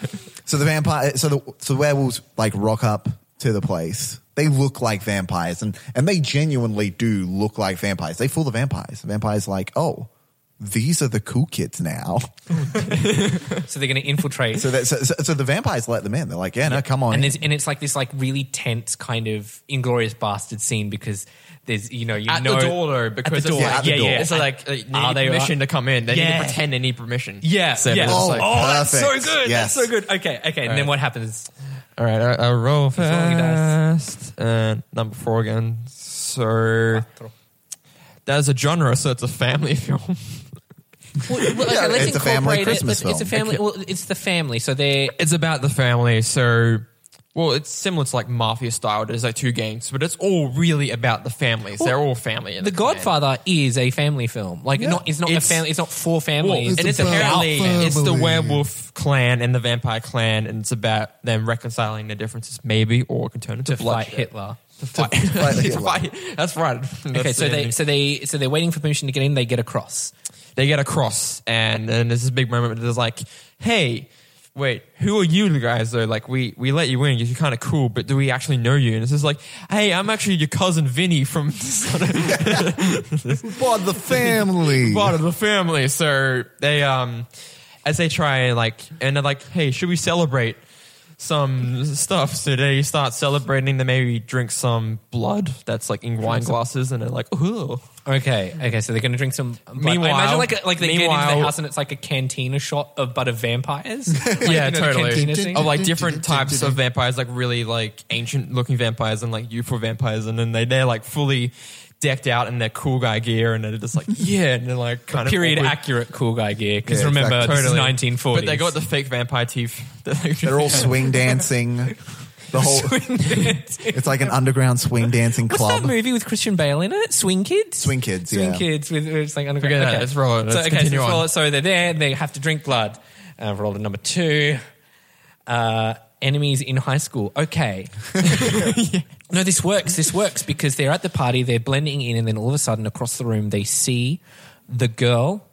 so the vampire, so the so the werewolves like rock up to the place. They look like vampires, and and they genuinely do look like vampires. They fool the vampires. The vampires like, oh, these are the cool kids now. So they're going to infiltrate. [laughs] So, that, so, so, so the vampires let them in. They're like, yeah, no, come and on. in. there's, and it's like this like really tense kind of inglorious bastard scene because there's you know you At know the [laughs] door though, because at the door it's Yeah, like, at the yeah, door. yeah, it's like they need Are they permission right? to come in. They need Yeah. to pretend they need permission. yeah So yeah then it's like- Oh, that's so perfect. good Yes. that's so good okay okay and then what happens All right, I, I roll rolling dice. fast. Uh, number four again. So that's a genre, so it's a family [laughs] film. Well, well, okay, Yeah, let's it's a incorporate family it, Christmas but It's a film. family. Well, it's the family. So they. it's about the family. So, well, it's similar to like mafia style. There's like two gangs, but it's all really about the families. They're all family. in The it, man. Godfather is a family film. Like, not it's not It's- a family. It's not for Well, families. and it's, about apparently families. it's the werewolf clan and the vampire clan, and it's about them reconciling their differences, maybe, or it can turn into to blood. fight Hitler. To fight, fight [laughs] To Hitler. fight- That's right. okay, so they so they so they're waiting for permission to get in. They get across. they get across, and then there's this big moment. Where there's like, hey, wait, who are you guys? Though, like, we we let you in. You're kind of cool, but do we actually know you? And it's just like, hey, I'm actually your cousin Vinny from [laughs] Part [laughs] of the family. part of the family. So they, um, as they try like, and they're like, hey, should we celebrate some stuff? So they start celebrating. They maybe drink some blood that's like in wine glasses, and they're like, ooh. Okay, okay, so they're going to drink some. Blood. Meanwhile- I imagine like a, like they get into the meanwhile- house and it's like a cantina shot of but of [laughs] vampires. Like, yeah, you know, the cantina totally. scene. Of like different types of vampires, like really like ancient looking vampires and like youthful vampires, and then they they're like fully decked out in their cool guy gear, and they're just [laughs] like yeah, and they're like kind period of awkward. accurate cool guy gear. Because Yeah, remember, exactly. this is Totally. 1940. But they got the fake vampire teeth. They're [laughs] all swing dancing. [laughs] The whole. It's like an underground swing dancing What's club. that movie with Christian Bale in it? Swing Kids. Swing Kids, Swing yeah. Kids. With where it's like underground. Forget that. Let's roll it. So, Let's okay, continue so, let's roll on. it. so they're there. and They have to drink blood. Uh, roll to number two. Uh, enemies in high school. [laughs] Okay. No, this works. This works because they're at the party, they're blending in, and then all of a sudden, across the room, they see the girl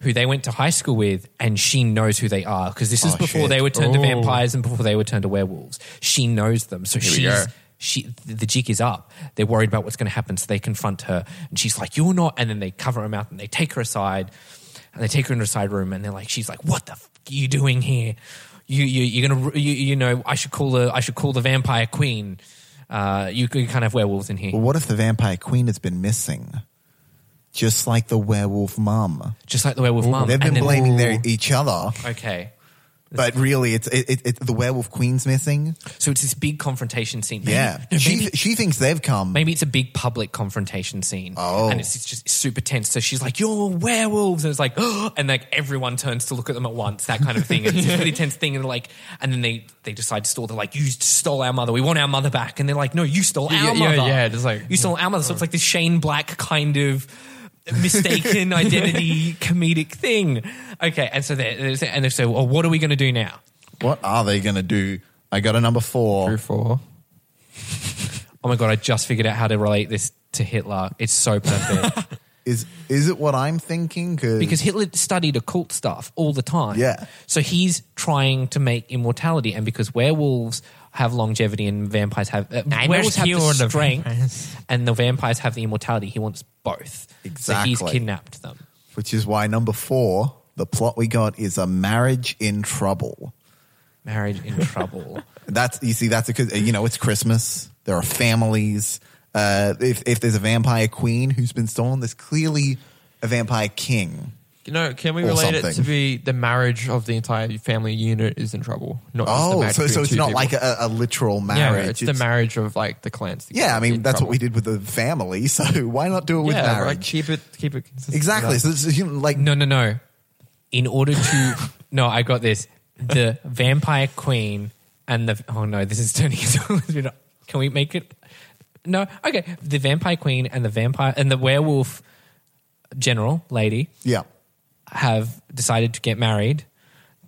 who they went to high school with, and she knows who they are because this is Oh, before shit. they were turned Ooh. to vampires and before they were turned to werewolves. She knows them, so Here we she's. go. She, the jig is up. They're worried about what's going to happen, so they confront her, and she's like, "You're not." And then they cover her mouth and they take her aside, and they take her into a side room, and they're like, "She's like, what the f- are you doing here? You, you, you're gonna, you, you know, I should call the, I should call the vampire queen. Uh, you, you can't have werewolves in But here. what if the vampire queen has been missing? Just like the werewolf mum. Just like the werewolf mum. They've been And then- blaming their, e- each other, Okay, but really, it's it, it, it, the werewolf queen's missing. so it's this big confrontation scene. Maybe- Yeah, no, she maybe- she thinks they've come. Maybe it's a big public confrontation scene. Oh. And it's, it's just super tense. So she's like, You're werewolves. And it's like, "Oh," and like everyone turns to look at them at once, that kind of thing. And it's a [laughs] really tense thing. And they're like, and then they, they decide to stall. They're like, You stole our mother. We want our mother back. And they're like, No, you stole Yeah, our yeah, mother. yeah, just like- you stole our mother. So it's like this Shane Black kind of [laughs] mistaken identity comedic thing. Okay. And so they're, they're- and they say, Well, what are we going to do now? What are they gonna do? I got a number four. four. Oh my God, I just figured out how to relate this to Hitler. It's so perfect. Is is it what I'm thinking? because Hitler studied occult stuff all the time. Yeah. So he's trying to make immortality, and because werewolves have longevity and vampires have uh, I werewolves know have the you're the strength, vampires. and the vampires have the immortality. He wants both. So Exactly. he's kidnapped them. which is why number four, the plot we got is a marriage in trouble. Marriage in trouble. That's you see, that's because you know it's Christmas. There are families. Uh, if if there's a vampire queen who's been stolen, there's clearly a vampire king. You know, can we Or relate it to something. be the marriage of the entire family unit is in trouble? Not just the Oh, marriage so so between it's two not people. like a, a literal yeah, marriage. it's, the marriage of like the clans. Yeah, I mean that's what we did with the family. [laughs] So why not do it with yeah, marriage? Like, keep it, keep it consistent. exactly. So it's you know, like No, no, no. In order to no, I got this. The vampire queen and the oh no, this is turning into. Can we make it? No, okay. The vampire queen and the vampire and the werewolf general lady yeah. have decided to get married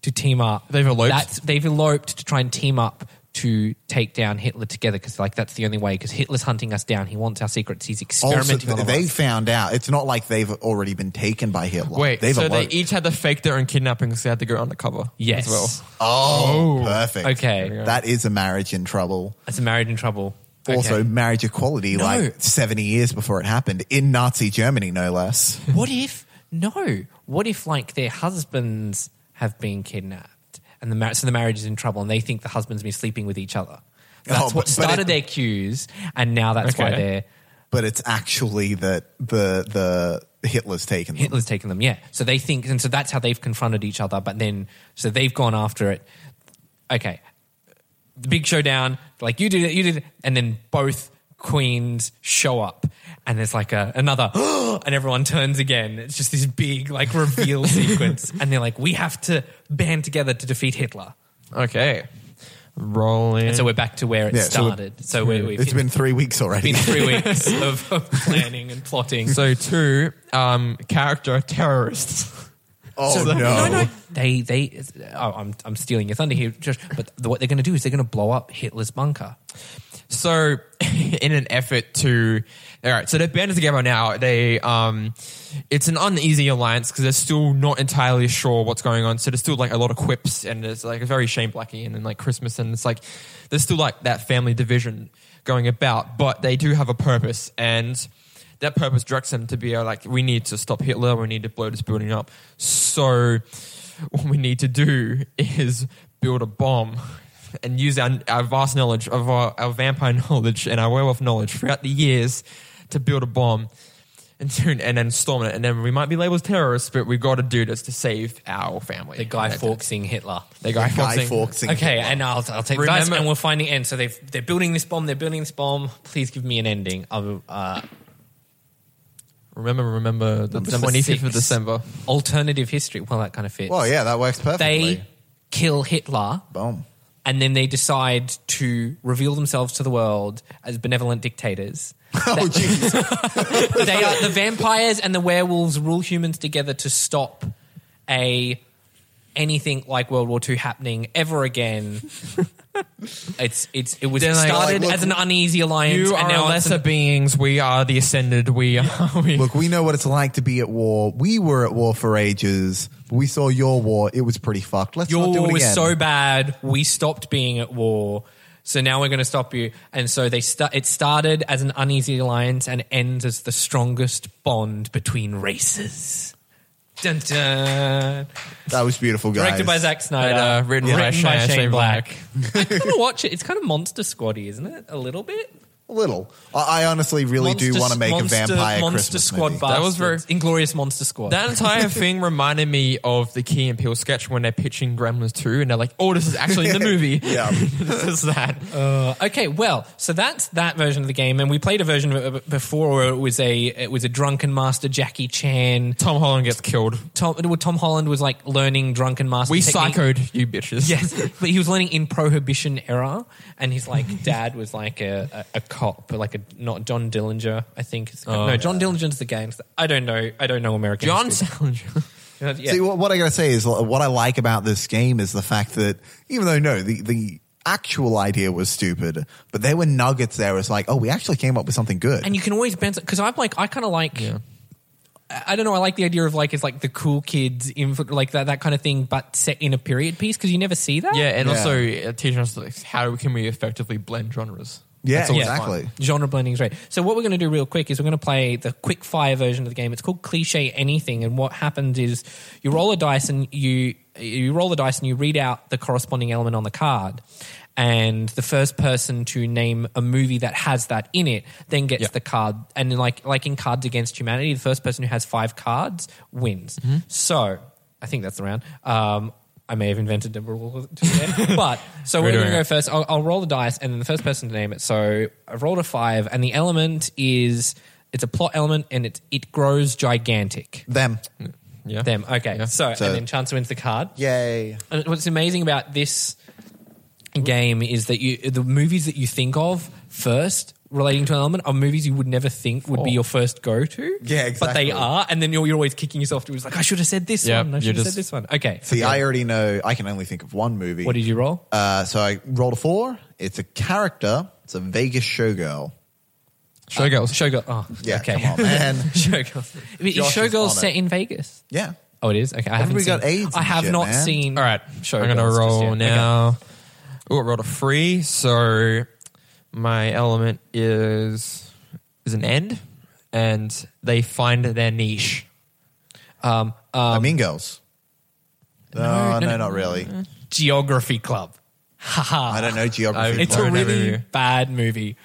to team up. They've eloped? they've eloped to try and team up to take down Hitler together because like that's the only way because Hitler's hunting us down. He wants our secrets. He's Also, experimenting on they us. found out. It's not like they've already been taken by Hitler. Wait, Oh, they've so eloped. they each had to fake their own kidnapping because they had to go undercover. Yes. as well. oh, perfect. Okay. that is a marriage in trouble. That's a marriage in trouble. Also, Okay. marriage equality, like seventy years before it happened in Nazi Germany, no less. What if no, what if like their husbands have been kidnapped and the mar- so the marriage is in trouble and they think the husbands been sleeping with each other. That's Oh, what but- but started it- their cues, and now that's why Okay. they're but it's actually that the the Hitler's taken them. Hitler's taken them. Yeah, so they think, and so that's how they've confronted each other. But then, so they've gone after it. Okay, the big showdown. Like you did it, you did it, and then both queens show up, and there's like a, another, [gasps] and everyone turns again. It's just this big like reveal [laughs] sequence, and they're like, we have to band together to defeat Hitler. Okay. Rolling. And so we're back to where it Yeah, so we're- started. So, we we've It's been three weeks been already. three weeks of, of planning and plotting. so two um, character terrorists. [laughs] [laughs] oh So- no. no, no. They, they. Oh, I'm, I'm stealing your thunder here, Josh. But the, what they're going to do is they're going to blow up Hitler's bunker. So, [laughs] in an effort to, all right. So they're banded together now. They, um, it's an uneasy alliance because they're still not entirely sure what's going on. So there's still like a lot of quips, and it's like it's very Shane Blackie and then like Christmas, and it's like there's still like that family division going about. But they do have a purpose, and that purpose directs them to be uh, like, we need to stop Hitler. We need to blow this building up. So, what we need to do is build a bomb and use our, our vast knowledge of our, our vampire [laughs] knowledge and our werewolf knowledge throughout the years to build a bomb and, to, and then storm it. And then we might be labeled terrorists, but we got to do this to save our family. The guy That- forksing Hitler. The guy, Guy Fawkes. Fawkes. Okay, and I'll, I'll take the dice, Remember- and we're finding end. So they've, they're building this bomb. They're building this bomb. Please give me an ending. Of, uh, Remember, remember the Number 25th of six. December. alternative history. Well, that kind of fits. Well, yeah, that works perfectly. They kill Hitler. Boom. and then they decide to reveal themselves to the world as benevolent dictators. [laughs] Oh [laughs] jeez. they are the vampires and the werewolves rule humans together to stop a anything like World War II happening ever [laughs] again. it's it's it was They're like- started Like, look, as an uneasy alliance, You and are now it's lesser an- beings. We are the ascended. We are. [laughs] We, Look, we know what it's like to be at war. We were at war for ages. We saw your war. It was pretty fucked. Let's your not do war it was again. so bad we stopped being at war so now we're going to stop you and so they sta- it started as an uneasy alliance and ends as the strongest bond between races Dun, dun. that was beautiful, guys. Directed by Zack Snyder, Snyder, uh, written by Shane- Shane I [laughs] kind of watch it. It's kind of Monster Squatty, isn't it? A little bit. A little. I, I honestly really do Monster- want to make Monster- a vampire Monster Christmas Squad. movie. That was Bastards. Inglorious Monster Squad. That entire thing reminded me of the Key and Peele sketch when they're pitching Gremlins 2 and they're like, oh, this is actually in the movie. [laughs] Yeah. [laughs] this is that. Uh, okay, well, so that's that version of the game, and we played a version of it before where it was a it was a drunken master Jackie Chan. Tom Holland gets killed. Tom, well, Tom Holland was like learning drunken master. We technique. psychoed you bitches. [laughs] [laughs] Yes, but he was learning in Prohibition era, and his like [laughs] dad was like a, a, a cop, but like a not John Dillinger, I think. It's no, John Dillinger's the games. I don't know. I don't know American. Oh, John history. [laughs] Salinger. Yeah. See, what, what I gotta say is l- what I like about this game is the fact that even though no, the the actual idea was stupid, but there were nuggets there. It's like, oh, we actually came up with something good. and you can always bounce because I'm like I kind of like I I don't know I like the idea of like it's like the cool kids inf- like that that kind of thing but set in a period piece because you never see that [laughs] Yeah, and Yeah. also uh, teaching us like, how can we effectively blend genres. yeah, That's always exactly. fun. genre blending is right so what we're going to do real quick is we're going to play the quick fire version of the game it's called cliche anything and what happens is you roll a dice and you you roll the dice and you read out the corresponding element on the card and the first person to name a movie that has that in it then gets Yeah. the card and like like in cards against humanity the first person who has five cards wins so i think that's the round um I may have invented the rule [laughs] today, but so we're, We're going to doing go it. first. I'll, I'll roll the dice, and then the first person to name it. So I've rolled a five, and the element is it's a plot element, and it it grows gigantic. Them, Yeah. Them. Okay. So, So- and then Chance wins the card. yay! And what's amazing about this game is that you the movies that you think of first relating to an element are movies you would never think would be your Oh. first go to. Yeah, But they exactly. are, and then you're, you're always kicking yourself to it's like I should have said this Yeah, one. I you're should have said just- this one. Okay. Okay. See, I already know. I can only think of one movie. what did you roll? Uh, so I rolled a four. It's a character. It's a Vegas showgirl. Showgirls. Showgirl. Oh, Yeah, okay. come on, [laughs] man. Showgirl. I mean, is Josh is on Showgirl it. set in Vegas? Yeah. Oh, it is. Okay, I haven't Everybody seen. got AIDS I and have shit, not man. seen. All right. Showgirls I'm going to just roll yet. now. Oh, I rolled a three. So my element is is an end, and they find their niche. Um, uh, Amigos. No, no, not really. Geography Club. I don't know geography. Ah. It's Well, a Learn every really year. bad movie,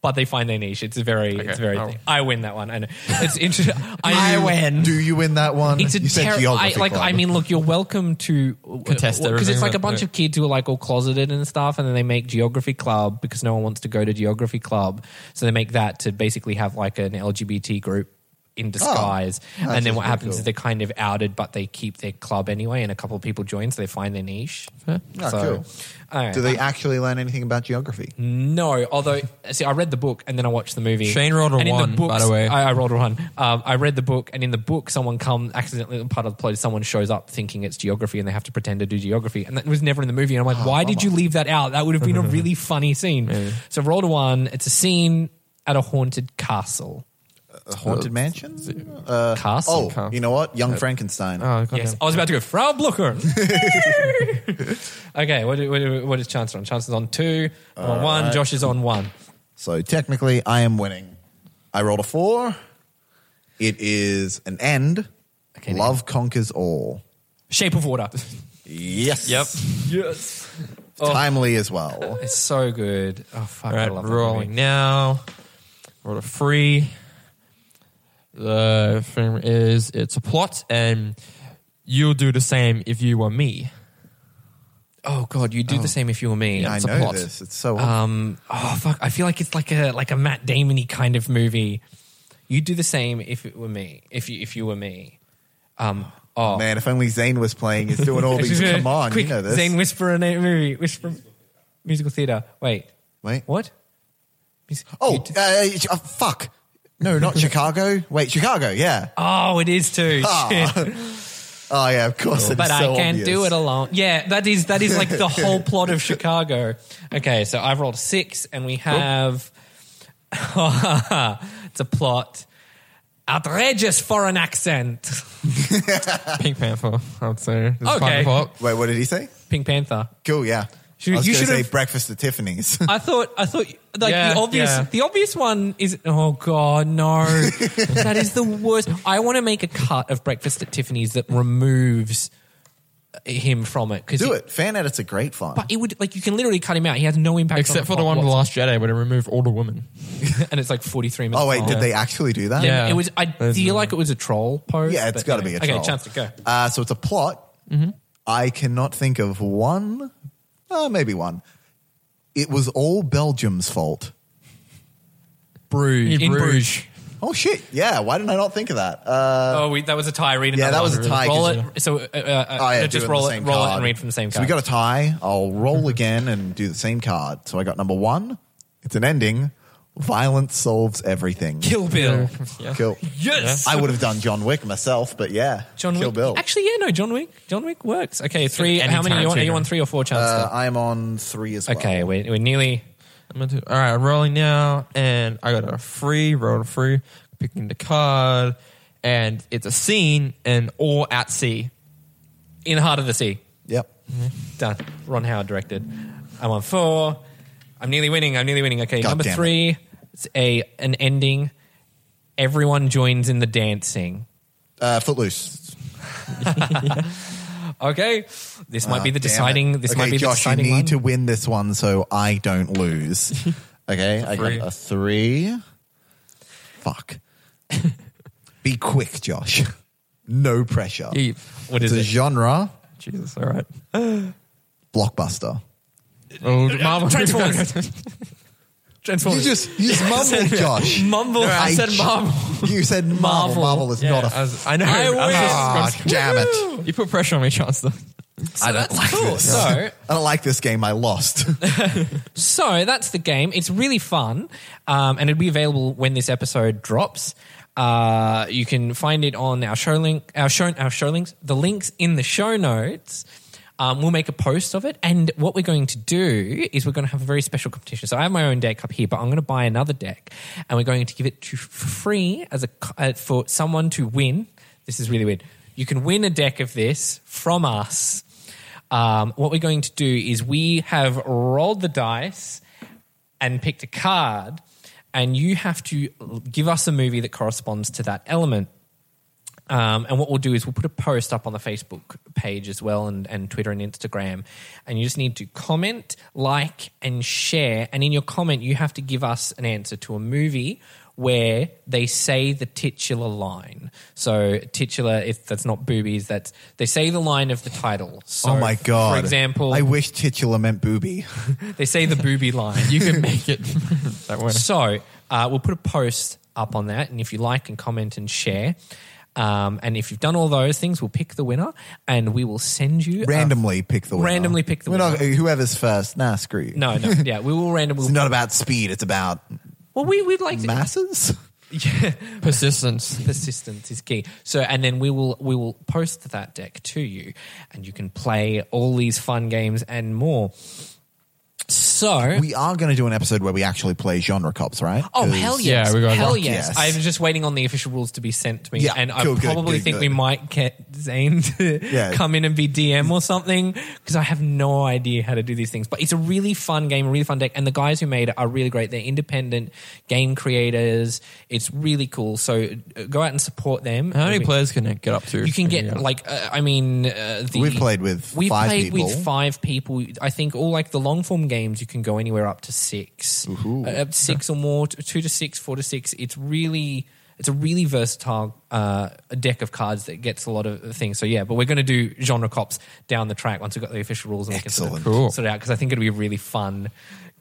but they find their niche. It's a very, it's Okay. very. Oh. I win that one. I know. It's interesting. [laughs] I, win. Do you win that one? It's a you said terrible. I, geography like, club. I mean, look, you're welcome to Contest because it's everything, like a right? bunch of kids who are like all closeted and stuff, and then they make geography club because no one wants to go to geography club, so they make that to basically have like an LGBT group in disguise. and then Oh, just what pretty happens cool. is they're kind of outed, but they keep their club anyway, and a couple of people join, so they find their niche. Ah, so, Mm. cool. all right. Do they actually learn anything about geography? No, although see, I read the book and then I watched the movie. Shane rolled a and in one, by the way. I, I rolled a one. Um, I read the book, and in the book, someone come accidentally part of the plot. is Someone shows up thinking it's geography, and they have to pretend to do geography, and that was never in the movie. And I'm Ah, like, why did you leave that out? That would have been [laughs] a really funny scene. So rolled a one. It's a scene at a haunted castle. A haunted mansion? Uh, Castle. oh, you know what? Young Frankenstein. Oh, God, Yes, no. I was about to go Frau Blucher. [laughs] okay, what, what, what is Chancellor on? Chancellor's on two. I'm on one. Josh is on one. So technically, I am winning. I rolled a four. It is an end. Okay, Love conquers all. Shape of Water. Yes. Yep. yes. Timely as well. It's so good. Oh fuck! All I right, love that rolling movie. now. Roll a free. The thing is, it's a plot, and you'll do the same if you were me. [laughs] Oh god, you do the same if you were me. I It's a know plot. this. It's so. Um. Oh fuck! I feel like it's like a like a Matt Damon kind of movie. You do the same if it were me. If you if you were me. Um. Oh man, if only Zane was playing. He's doing [laughs] all these. Come on, Quick, you know this. Zane whisper a na- movie. Whisper musical theater. Wait. Wait. What? Mus- Oh, you uh, d- uh, fuck. [laughs] No, not Chicago. Wait, Chicago. Yeah. oh, it is [laughs] too. Ah. Shit. Oh yeah, of course. it is but I so can't obvious. do it alone. Yeah, that is that is like [laughs] the whole plot of Chicago. Okay, so I've rolled six, and we have [laughs] it's a plot outrageous foreign accent. Pink Panther, I would say. It's Okay. Punk pop. Wait, what did he say? Pink Panther. Cool. Yeah. Should- I was you going to say should've- breakfast [laughs] at Tiffany's. I thought I thought like Yeah, the obvious yeah. the obvious one is oh god [laughs] no that is the worst. I want to make a cut of Breakfast at Tiffany's that removes him from it because do it. Fan edits are great fun. But it would like you can literally cut him out. He has no impact on Except for the plot one in The whatsoever. Last Jedi, where they remove all the women. and it's like 43 minutes. oh wait, long. did they actually do that? Yeah. It was. I There's feel no- like it was a troll post. Yeah, it's but got to be anyway. a troll. Okay, chance to go. Mm-hmm. Uh, so it's a plot. I cannot think of one, uh, maybe one. It was all Belgium's fault. Bruges. In Bruges. Oh shit! Yeah, why didn't I not think of that? Uh, oh, we, that was a tie. Read Yeah, another that was one. a Oh, tie, Roll 'cause it. So uh, uh, uh, I no, had just doing roll the it. same Roll it card. and read from the same card. So we got a tie. I'll roll again and do the same card. So I got number one. It's an ending. Violence solves everything. Kill Bill. [laughs] Yeah. Kill. Yes. I would have done John Wick myself, but yeah, John Kill Wick. Bill. Actually, yeah, no, John Wick. John Wick works. Okay, three. Any How many are you on? Are you Tarantino. on three or four chances? uh, I am on three as well. okay, we're, we're nearly. I'm gonna do, all right, I'm rolling now, and I got a free, roll a free, picking the card, and it's a scene, and all at sea. In Heart of the Sea. Yep. Done. Ron Howard directed. I'm on four. I'm nearly winning. I'm nearly winning. Okay, [laughs] God number damn it. three. It's a an ending. Everyone joins in the dancing. Uh, Footloose. Okay, this might be the Ah, Damn it. deciding. This okay, might be the Josh, deciding you need one. to win this one so I don't [laughs] lose. Okay, I got three. a three. [laughs] Fuck. be quick, Josh. No pressure. Yeah, What is it's a it? genre Jesus, all right. blockbuster. Oh, Marvel. Transformers. You Transformers. just [laughs] you just mumbled, Josh. mumble. I, I said j- mumble. You said Marvel. Marvel. Marvel is not a. I, was, I know. I was win. [laughs] just- Ah, damn it! you put pressure on me, Chancellor. I don't like this. So, I don't like this game. [laughs] I lost. so that's the game. It's really fun, um, and it'll be available when this episode drops. Uh, you can find it on our show link, our show, our show links, the links in the show notes. Um, we'll make a post of it, and what we're going to do is we're going to have a very special competition. So I have my own deck up here, but I'm going to buy another deck, and we're going to give it to for free as a co- uh, for someone to win. This is really weird. You can win a deck of this from us. Um, what we're going to do is we have rolled the dice and picked a card, and you have to give us a movie that corresponds to that element. Um, and what we'll do is we'll put a post up on the Facebook page as well and, and Twitter and Instagram. And you just need to comment, like, and share. And in your comment, you have to give us an answer to a movie where they say the titular line. So, titular, if that's not boobies, that's they say the line of the title. So, oh my god! For example, I wish titular meant booby. they say the booby line. [laughs] You [laughs] can make it [laughs] that way. So uh, we'll put a post up on that, and if you like and comment and share, um, and if you've done all those things, we'll pick the winner, and we will send you a- randomly pick the winner. Oh. Randomly pick the We're not- winner. whoever's first, nah, screw you. no, no, yeah, we will randomly. it's [laughs] not about speed. It's about well, we we'd like to, [laughs] masses. Persistence. persistence is key. So, and then we will we will post that deck to you, and you can play all these fun games and more. So. We are going to do an episode where we actually play genre cops, right? Oh 'Cause- hell yes! Yeah, we got hell that. yes. Yes. I'm just waiting on the official rules to be sent to me, Yeah, and I cool, good, probably good, think we good. might get Zane to Yeah. come in and be DM or something because I have no idea how to do these things. But it's a really fun game, a really fun deck, and the guys who made it are really great. They're independent game creators. It's really cool. So uh, go out and support them. How And many we- players can it get up to? you can get Yeah. like uh, I mean, uh, the, We've played with we've five played people. with five people. I think all like the long form games you can go anywhere up to six, uh, up to six or more, t- two to six, four to six. It's really it's a really versatile uh, deck of cards that gets a lot of things. So yeah, but we're going to do genre cops down the track once we've got the official rules and we can Excellent. sort, of Cool. sort it out because I think it'll be a really fun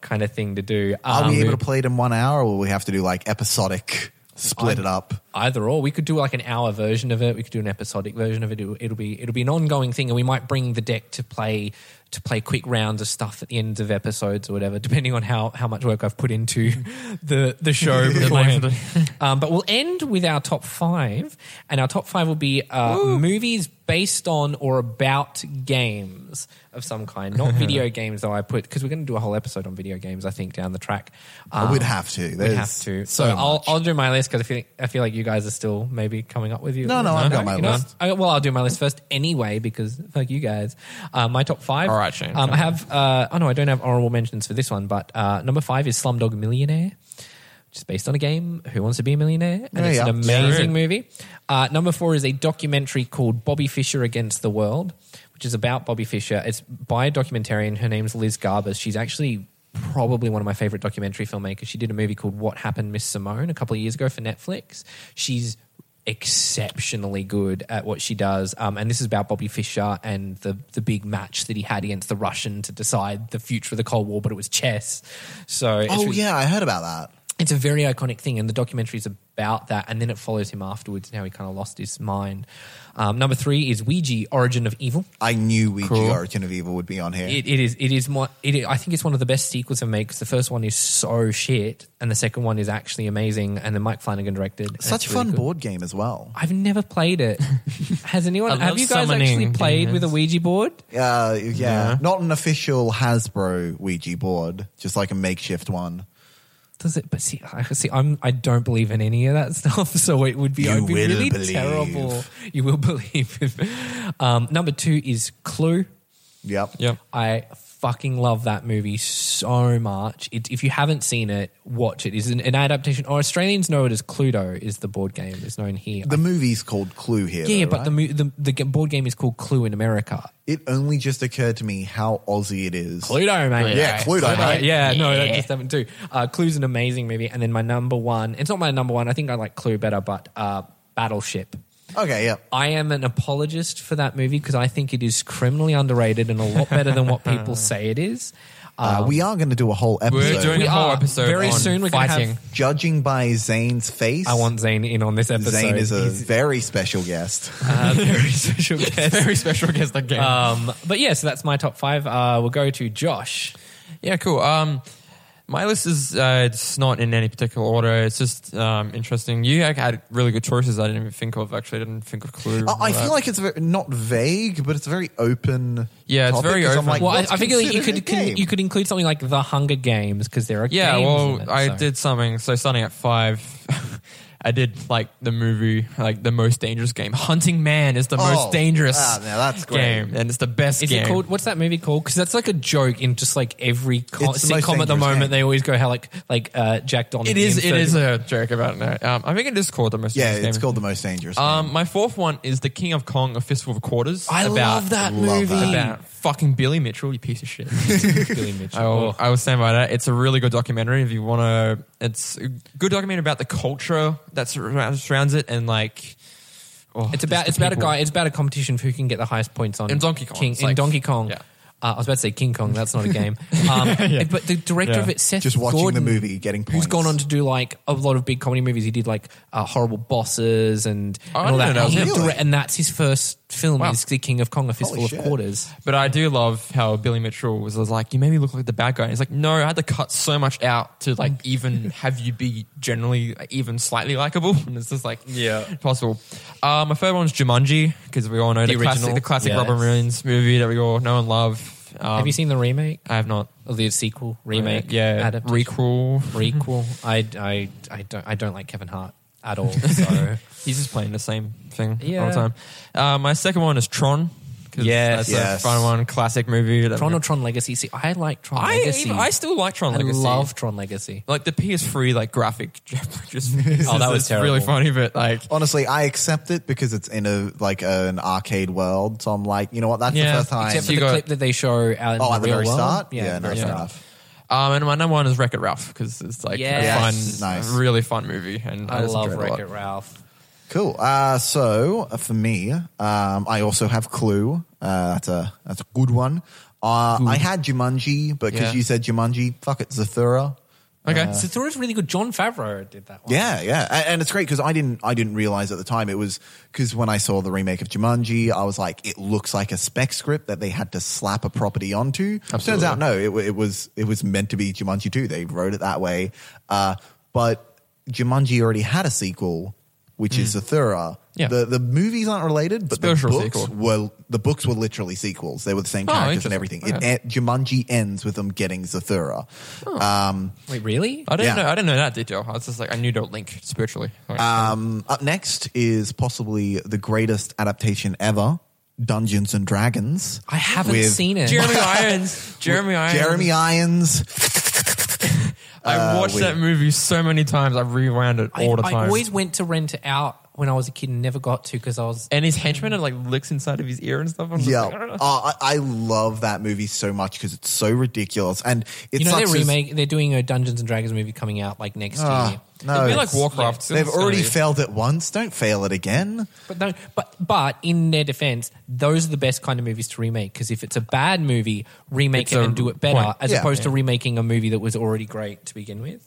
kind of thing to do. Are Um, we able to play it in one hour, or will we have to do like episodic, split it up? either or we could do like an hour version of it we could do an episodic version of it it'll, it'll be it'll be an ongoing thing and we might bring the deck to play to play quick rounds of stuff at the ends of episodes or whatever depending on how how much work i've put into [laughs] the [laughs] the show beforehand. [laughs] um, but we'll end with our top five and our top five will be uh, movies based on or about games of some kind [laughs] not video games though i put because we're going to do a whole episode on video games i think down the track um, Oh, we'd have to. we There's have to. So, So, I'll much. I'll do my list because I feel I feel like you guys are still maybe coming up with you. No, no, I've got my You know, list. I, well, I'll do my list first anyway because fuck you guys. Uh, my top five. All right, Shane, Um, I come on. have. Uh, oh no, I don't have honorable mentions for this one, but uh, number five is Slumdog Millionaire. which is based on a game, Who Wants to Be a Millionaire? And Yeah, it's an yeah. amazing Sure. movie. Uh, number four is a documentary called Bobby Fischer Against the World, which is about Bobby Fischer. It's by a documentarian. Her name's Liz Garbus. She's actually probably one of my favorite documentary filmmakers. She did a movie called What Happened, Miss Simone, a couple of years ago for Netflix. She's exceptionally good at what she does. Um, and this is about Bobby Fischer and the the big match that he had against the Russian to decide the future of the Cold War, but it was chess. So it's oh really- yeah, I heard about that. it's a very iconic thing, and the documentary is about that. And then it follows him afterwards and how he kind of lost his mind. Um, number three is Ouija: Origin of Evil. I knew Ouija Cool. Origin of Evil would be on here. It, it is. It is. More, it, is- I think it's one of the best sequels ever made because the first one is so shit, and the second one is actually amazing. And then Mike Flanagan directed. and Such it's really fun good. board game as well. I've never played it. [laughs] Has I anyone? love Have you guys summoning actually played with a demons. Ouija board? Uh, yeah, not an official Hasbro Ouija board, just like a makeshift one. Does it? But see, I see. I'm. I don't believe in any of that stuff. [laughs] So it would be. You I'd be will really believe. terrible. You will [laughs] believe. um, number two is Clue. Yep. Yep. I fucking love that movie so much. It, if you haven't seen it, watch it. It's an, an adaptation, or Australians know it as Cluedo. Is the board game is known here? The movie's called Clue here. yeah, yeah, though, but the, right? mo- the the g- board game is called Clue in America. it only just occurred to me how Aussie it is. Cluedo, mate. Yeah, Cluedo, mate. Yeah, no, that just happened too. Uh, Clue's an amazing movie, and then my number one. It's not my number one. I think I like Clue better, but uh, Battleship. Okay, yeah. I am an apologist for that movie because I think it is criminally underrated and a lot better than what [laughs] people say it is. Um, Uh, we are going to do a whole episode. We're doing We a whole are. episode Very on soon we're gonna have- fighting. Judging by Zane's face, I want Zane in on this episode. Zane is a [laughs] He's- Um, very special guest. [laughs] very special guest. [laughs] Very special guest again. Um, but yeah, so that's my top five. Uh, we'll go to Josh. Yeah, cool. Um, my list is uh, it's not in any particular order. It's just um, interesting. You had- had really good choices. I didn't even think of. Actually, I didn't think of Clue. I- I Right. feel like it's very, not vague, but it's a very open. Yeah, it's topic, very 'cause I'm open. like, Well, I, what's I figure you considered could a game? you could include something like The Hunger Games because there are yeah. games in Well, it, I so. did something. So starting at five, [laughs] I did like the movie, like the most dangerous game. Hunting Man is the Oh, most dangerous ah, now that's great. game, and it's the best Is game. it called? What's that movie called? Because that's like a joke in just like every co- It's the most sitcom at the dangerous moment. game. They always go how like like uh, Jack Donaghy. It is. in It is 30 a joke about it. Um, I think it is called the most. Yeah, dangerous it's game. called the most dangerous. Um, my fourth one is the King of Kong: A Fistful of Quarters. I about, love that Love movie. that. About fucking Billy Mitchell, you piece [laughs] of shit. Billy Mitchell. [laughs] I will, I will stand by that. It's a really good documentary. If you want to, it's a good documentary about the culture that surra- surrounds it and like. oh, It's just about the it's about a people. guy. It's about a competition for who can get the highest points on In Donkey Kong. King, It's in like- Donkey Kong. Yeah. Uh, I was about to say King Kong. That's [laughs] not a game. Um, But the director Yeah. of it, Seth Just watching the Gordon, movie, getting Who's points. gone on to do like a lot of big comedy movies? He did like uh, Horrible Bosses and, Oh, and I all didn't that. know that And, was he him. dire- and that's his first film. Wow. Is the King of Kong, A Fistful of shit. Quarters. But I do love how Billy Mitchell was, was like, "You made me look like the bad guy." And he's like, "No, I had to cut so much out to like even [laughs] have you be generally like, even slightly likable." [laughs] And it's just like, Yeah. possible. Uh, my third one's Jumanji because we all know the, The classic, original? the classic Yes. Robin Williams movie that we all know and love. Um, Have you seen the remake I have not. or the sequel remake? yeah, adaptation? requel. [laughs] Requel. I, I, I don't I don't like Kevin Hart at [laughs] all. So He's just playing the same thing all Yeah. the time. Uh, my second one is Tron. 'cause Yes. that's Yes. a fun one, classic movie. that- Tron or Tron Legacy. See, I like Tron I Legacy. even- I still like Tron I Legacy. love Tron Legacy. like the PS3 like graphic [laughs] [laughs] just Oh, that was it's terrible. really funny, but like Honestly, I accept it because it's in a like an arcade world. So I'm like, you know what? That's Yeah. the first time. Except for You the got- clip that they show out in oh, the, at the real very world. start. Yeah, no, very fair start. enough. um and my number one is Wreck It Ralph because it's like Yes. a fun, Nice. really fun movie, and I just love enjoy a lot. Wreck It Ralph. Cool. Uh, so uh, for me, um, I also have Clue. Uh, that's a that's a good one. Uh, I had Jumanji, but because Yeah. you said Jumanji, fuck it, Zathura. Okay, So Thoreau's really good. John Favreau did that one. Yeah, yeah, A- and it's great because I didn't I didn't realize at the time it was because when I saw the remake of Jumanji, I was like, it looks like a spec script that they had to slap a property onto. Turns Absolutely. out, no, it, wa- it was it was meant to be Jumanji two. They wrote it that way, uh, but Jumanji already had a sequel, which is Zathura. Hmm. Yeah. The the movies aren't related, but Spiritual the books sequel. were the books were literally sequels. They were the same Oh, characters and everything. interesting. It, Okay. en- Jumanji ends with them getting Zathura. Um, Wait, really? I didn't Yeah. know I didn't know that detail. I was just like I knew don't link spiritually. Um, up next is possibly the greatest adaptation ever Dungeons and Dragons. I haven't With seen it. [laughs] Jeremy Irons, Jeremy Irons, Jeremy uh, Irons. I watched that movie so many times. I rewound it I, all the I time. always went to rent it out when I was a kid and never got to because I was. and his henchman and like licks inside of his ear and stuff. I'm [laughs] just Yeah. like, I don't know. Uh, I, I love that movie so much because it's so ridiculous. And it's You know, such they're as- remake. They're doing a Dungeons and Dragons movie coming out like next Ah, year. no, It'd be like it's- Warcraft. They've It's gonna already be- failed it once. Don't fail it again. But no, but but in their defense, those are the best kind of movies to remake because if it's a bad movie, remake It's it a and do it better point. as Yeah. opposed to remaking a movie that was already great to begin with.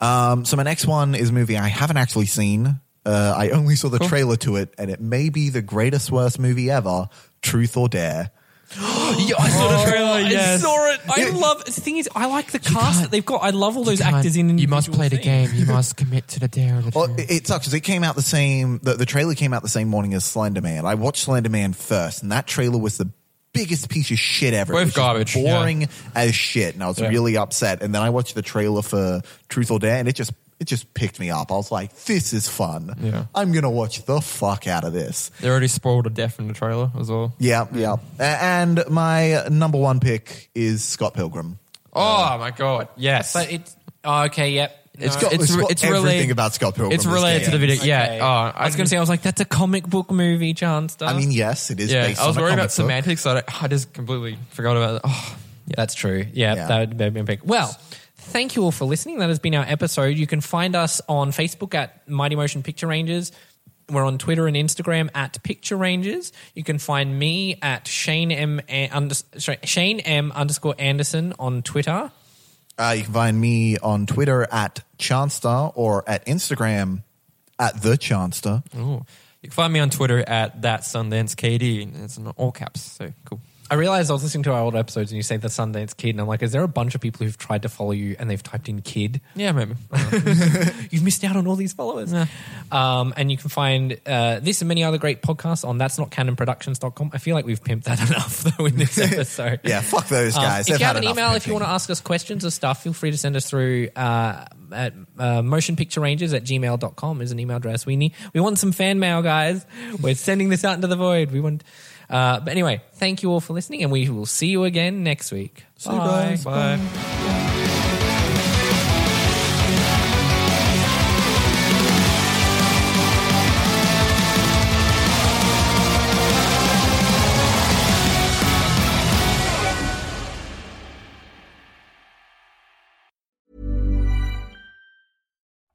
Um, so my next one is a movie I haven't actually seen. Uh, I only saw the trailer to it, and it may be the greatest worst movie ever. Truth or Dare. Yeah, I saw the trailer, yes. I saw it. I love. The thing is, I like the cast that they've got. I love all those actors in. You must individual play the things. game. You must commit to the dare. Of the Well, film. it, it sucks because it came out the same. The, the trailer came out the same morning as Slender Man. I watched Slender Man first, and that trailer was the biggest piece of shit ever. It Both was just garbage, yeah. boring as shit, and I was really upset. And then I watched the trailer for Truth or Dare, and it just it just picked me up. I was like, "This is fun. Yeah. I'm gonna watch the fuck out of this." They already spoiled a death in the trailer as well. Yeah, yeah. A- And my number one pick is Scott Pilgrim. Oh my god! Yes, But it's oh, okay. Yep. It's No. got- it's got everything related- about Scott Pilgrim It's is related to the gay. video. Yeah. Okay. Oh, I was going to say, I was like, that's a comic book movie, Chance. I mean, yes, it is. Yeah. based I was on a worried comic about book. semantics. I, don't- I just completely forgot about it. Oh, Yeah, that's true. Yeah, Yeah. that would be my pick. Well, thank you all for listening. That has been our episode. You can find us on Facebook at Mighty Motion Picture Rangers. We're on Twitter and Instagram at Picture Rangers. You can find me at Shane M a- under, sorry, Shane M underscore Anderson on Twitter. Uh, you can find me on Twitter at Chanstar or at Instagram at the Chanstar. Ooh. You can find me on Twitter at that Sundance KD. It's in all caps. So cool. I realized I was listening to our old episodes and you say the Sundance Kid, and I'm like, is there a bunch of people who've tried to follow you and they've typed in kid? Yeah, maybe. You've missed out on all these followers. Um, and you can find uh, this and many other great podcasts on that's not canonproductions.com. I feel like we've pimped that [laughs] enough, though, in this episode. Yeah, fuck those Um, guys. if They've you have an had enough email, if you pimping. want to ask us questions or stuff, feel free to send us through uh, at uh, motionpicturerangers at gmail.com is an email address we need. We want some fan mail, guys. We're sending this out into the void. We want. Uh, but anyway, thank you all for listening, and we will see you again next week. Bye. Bye.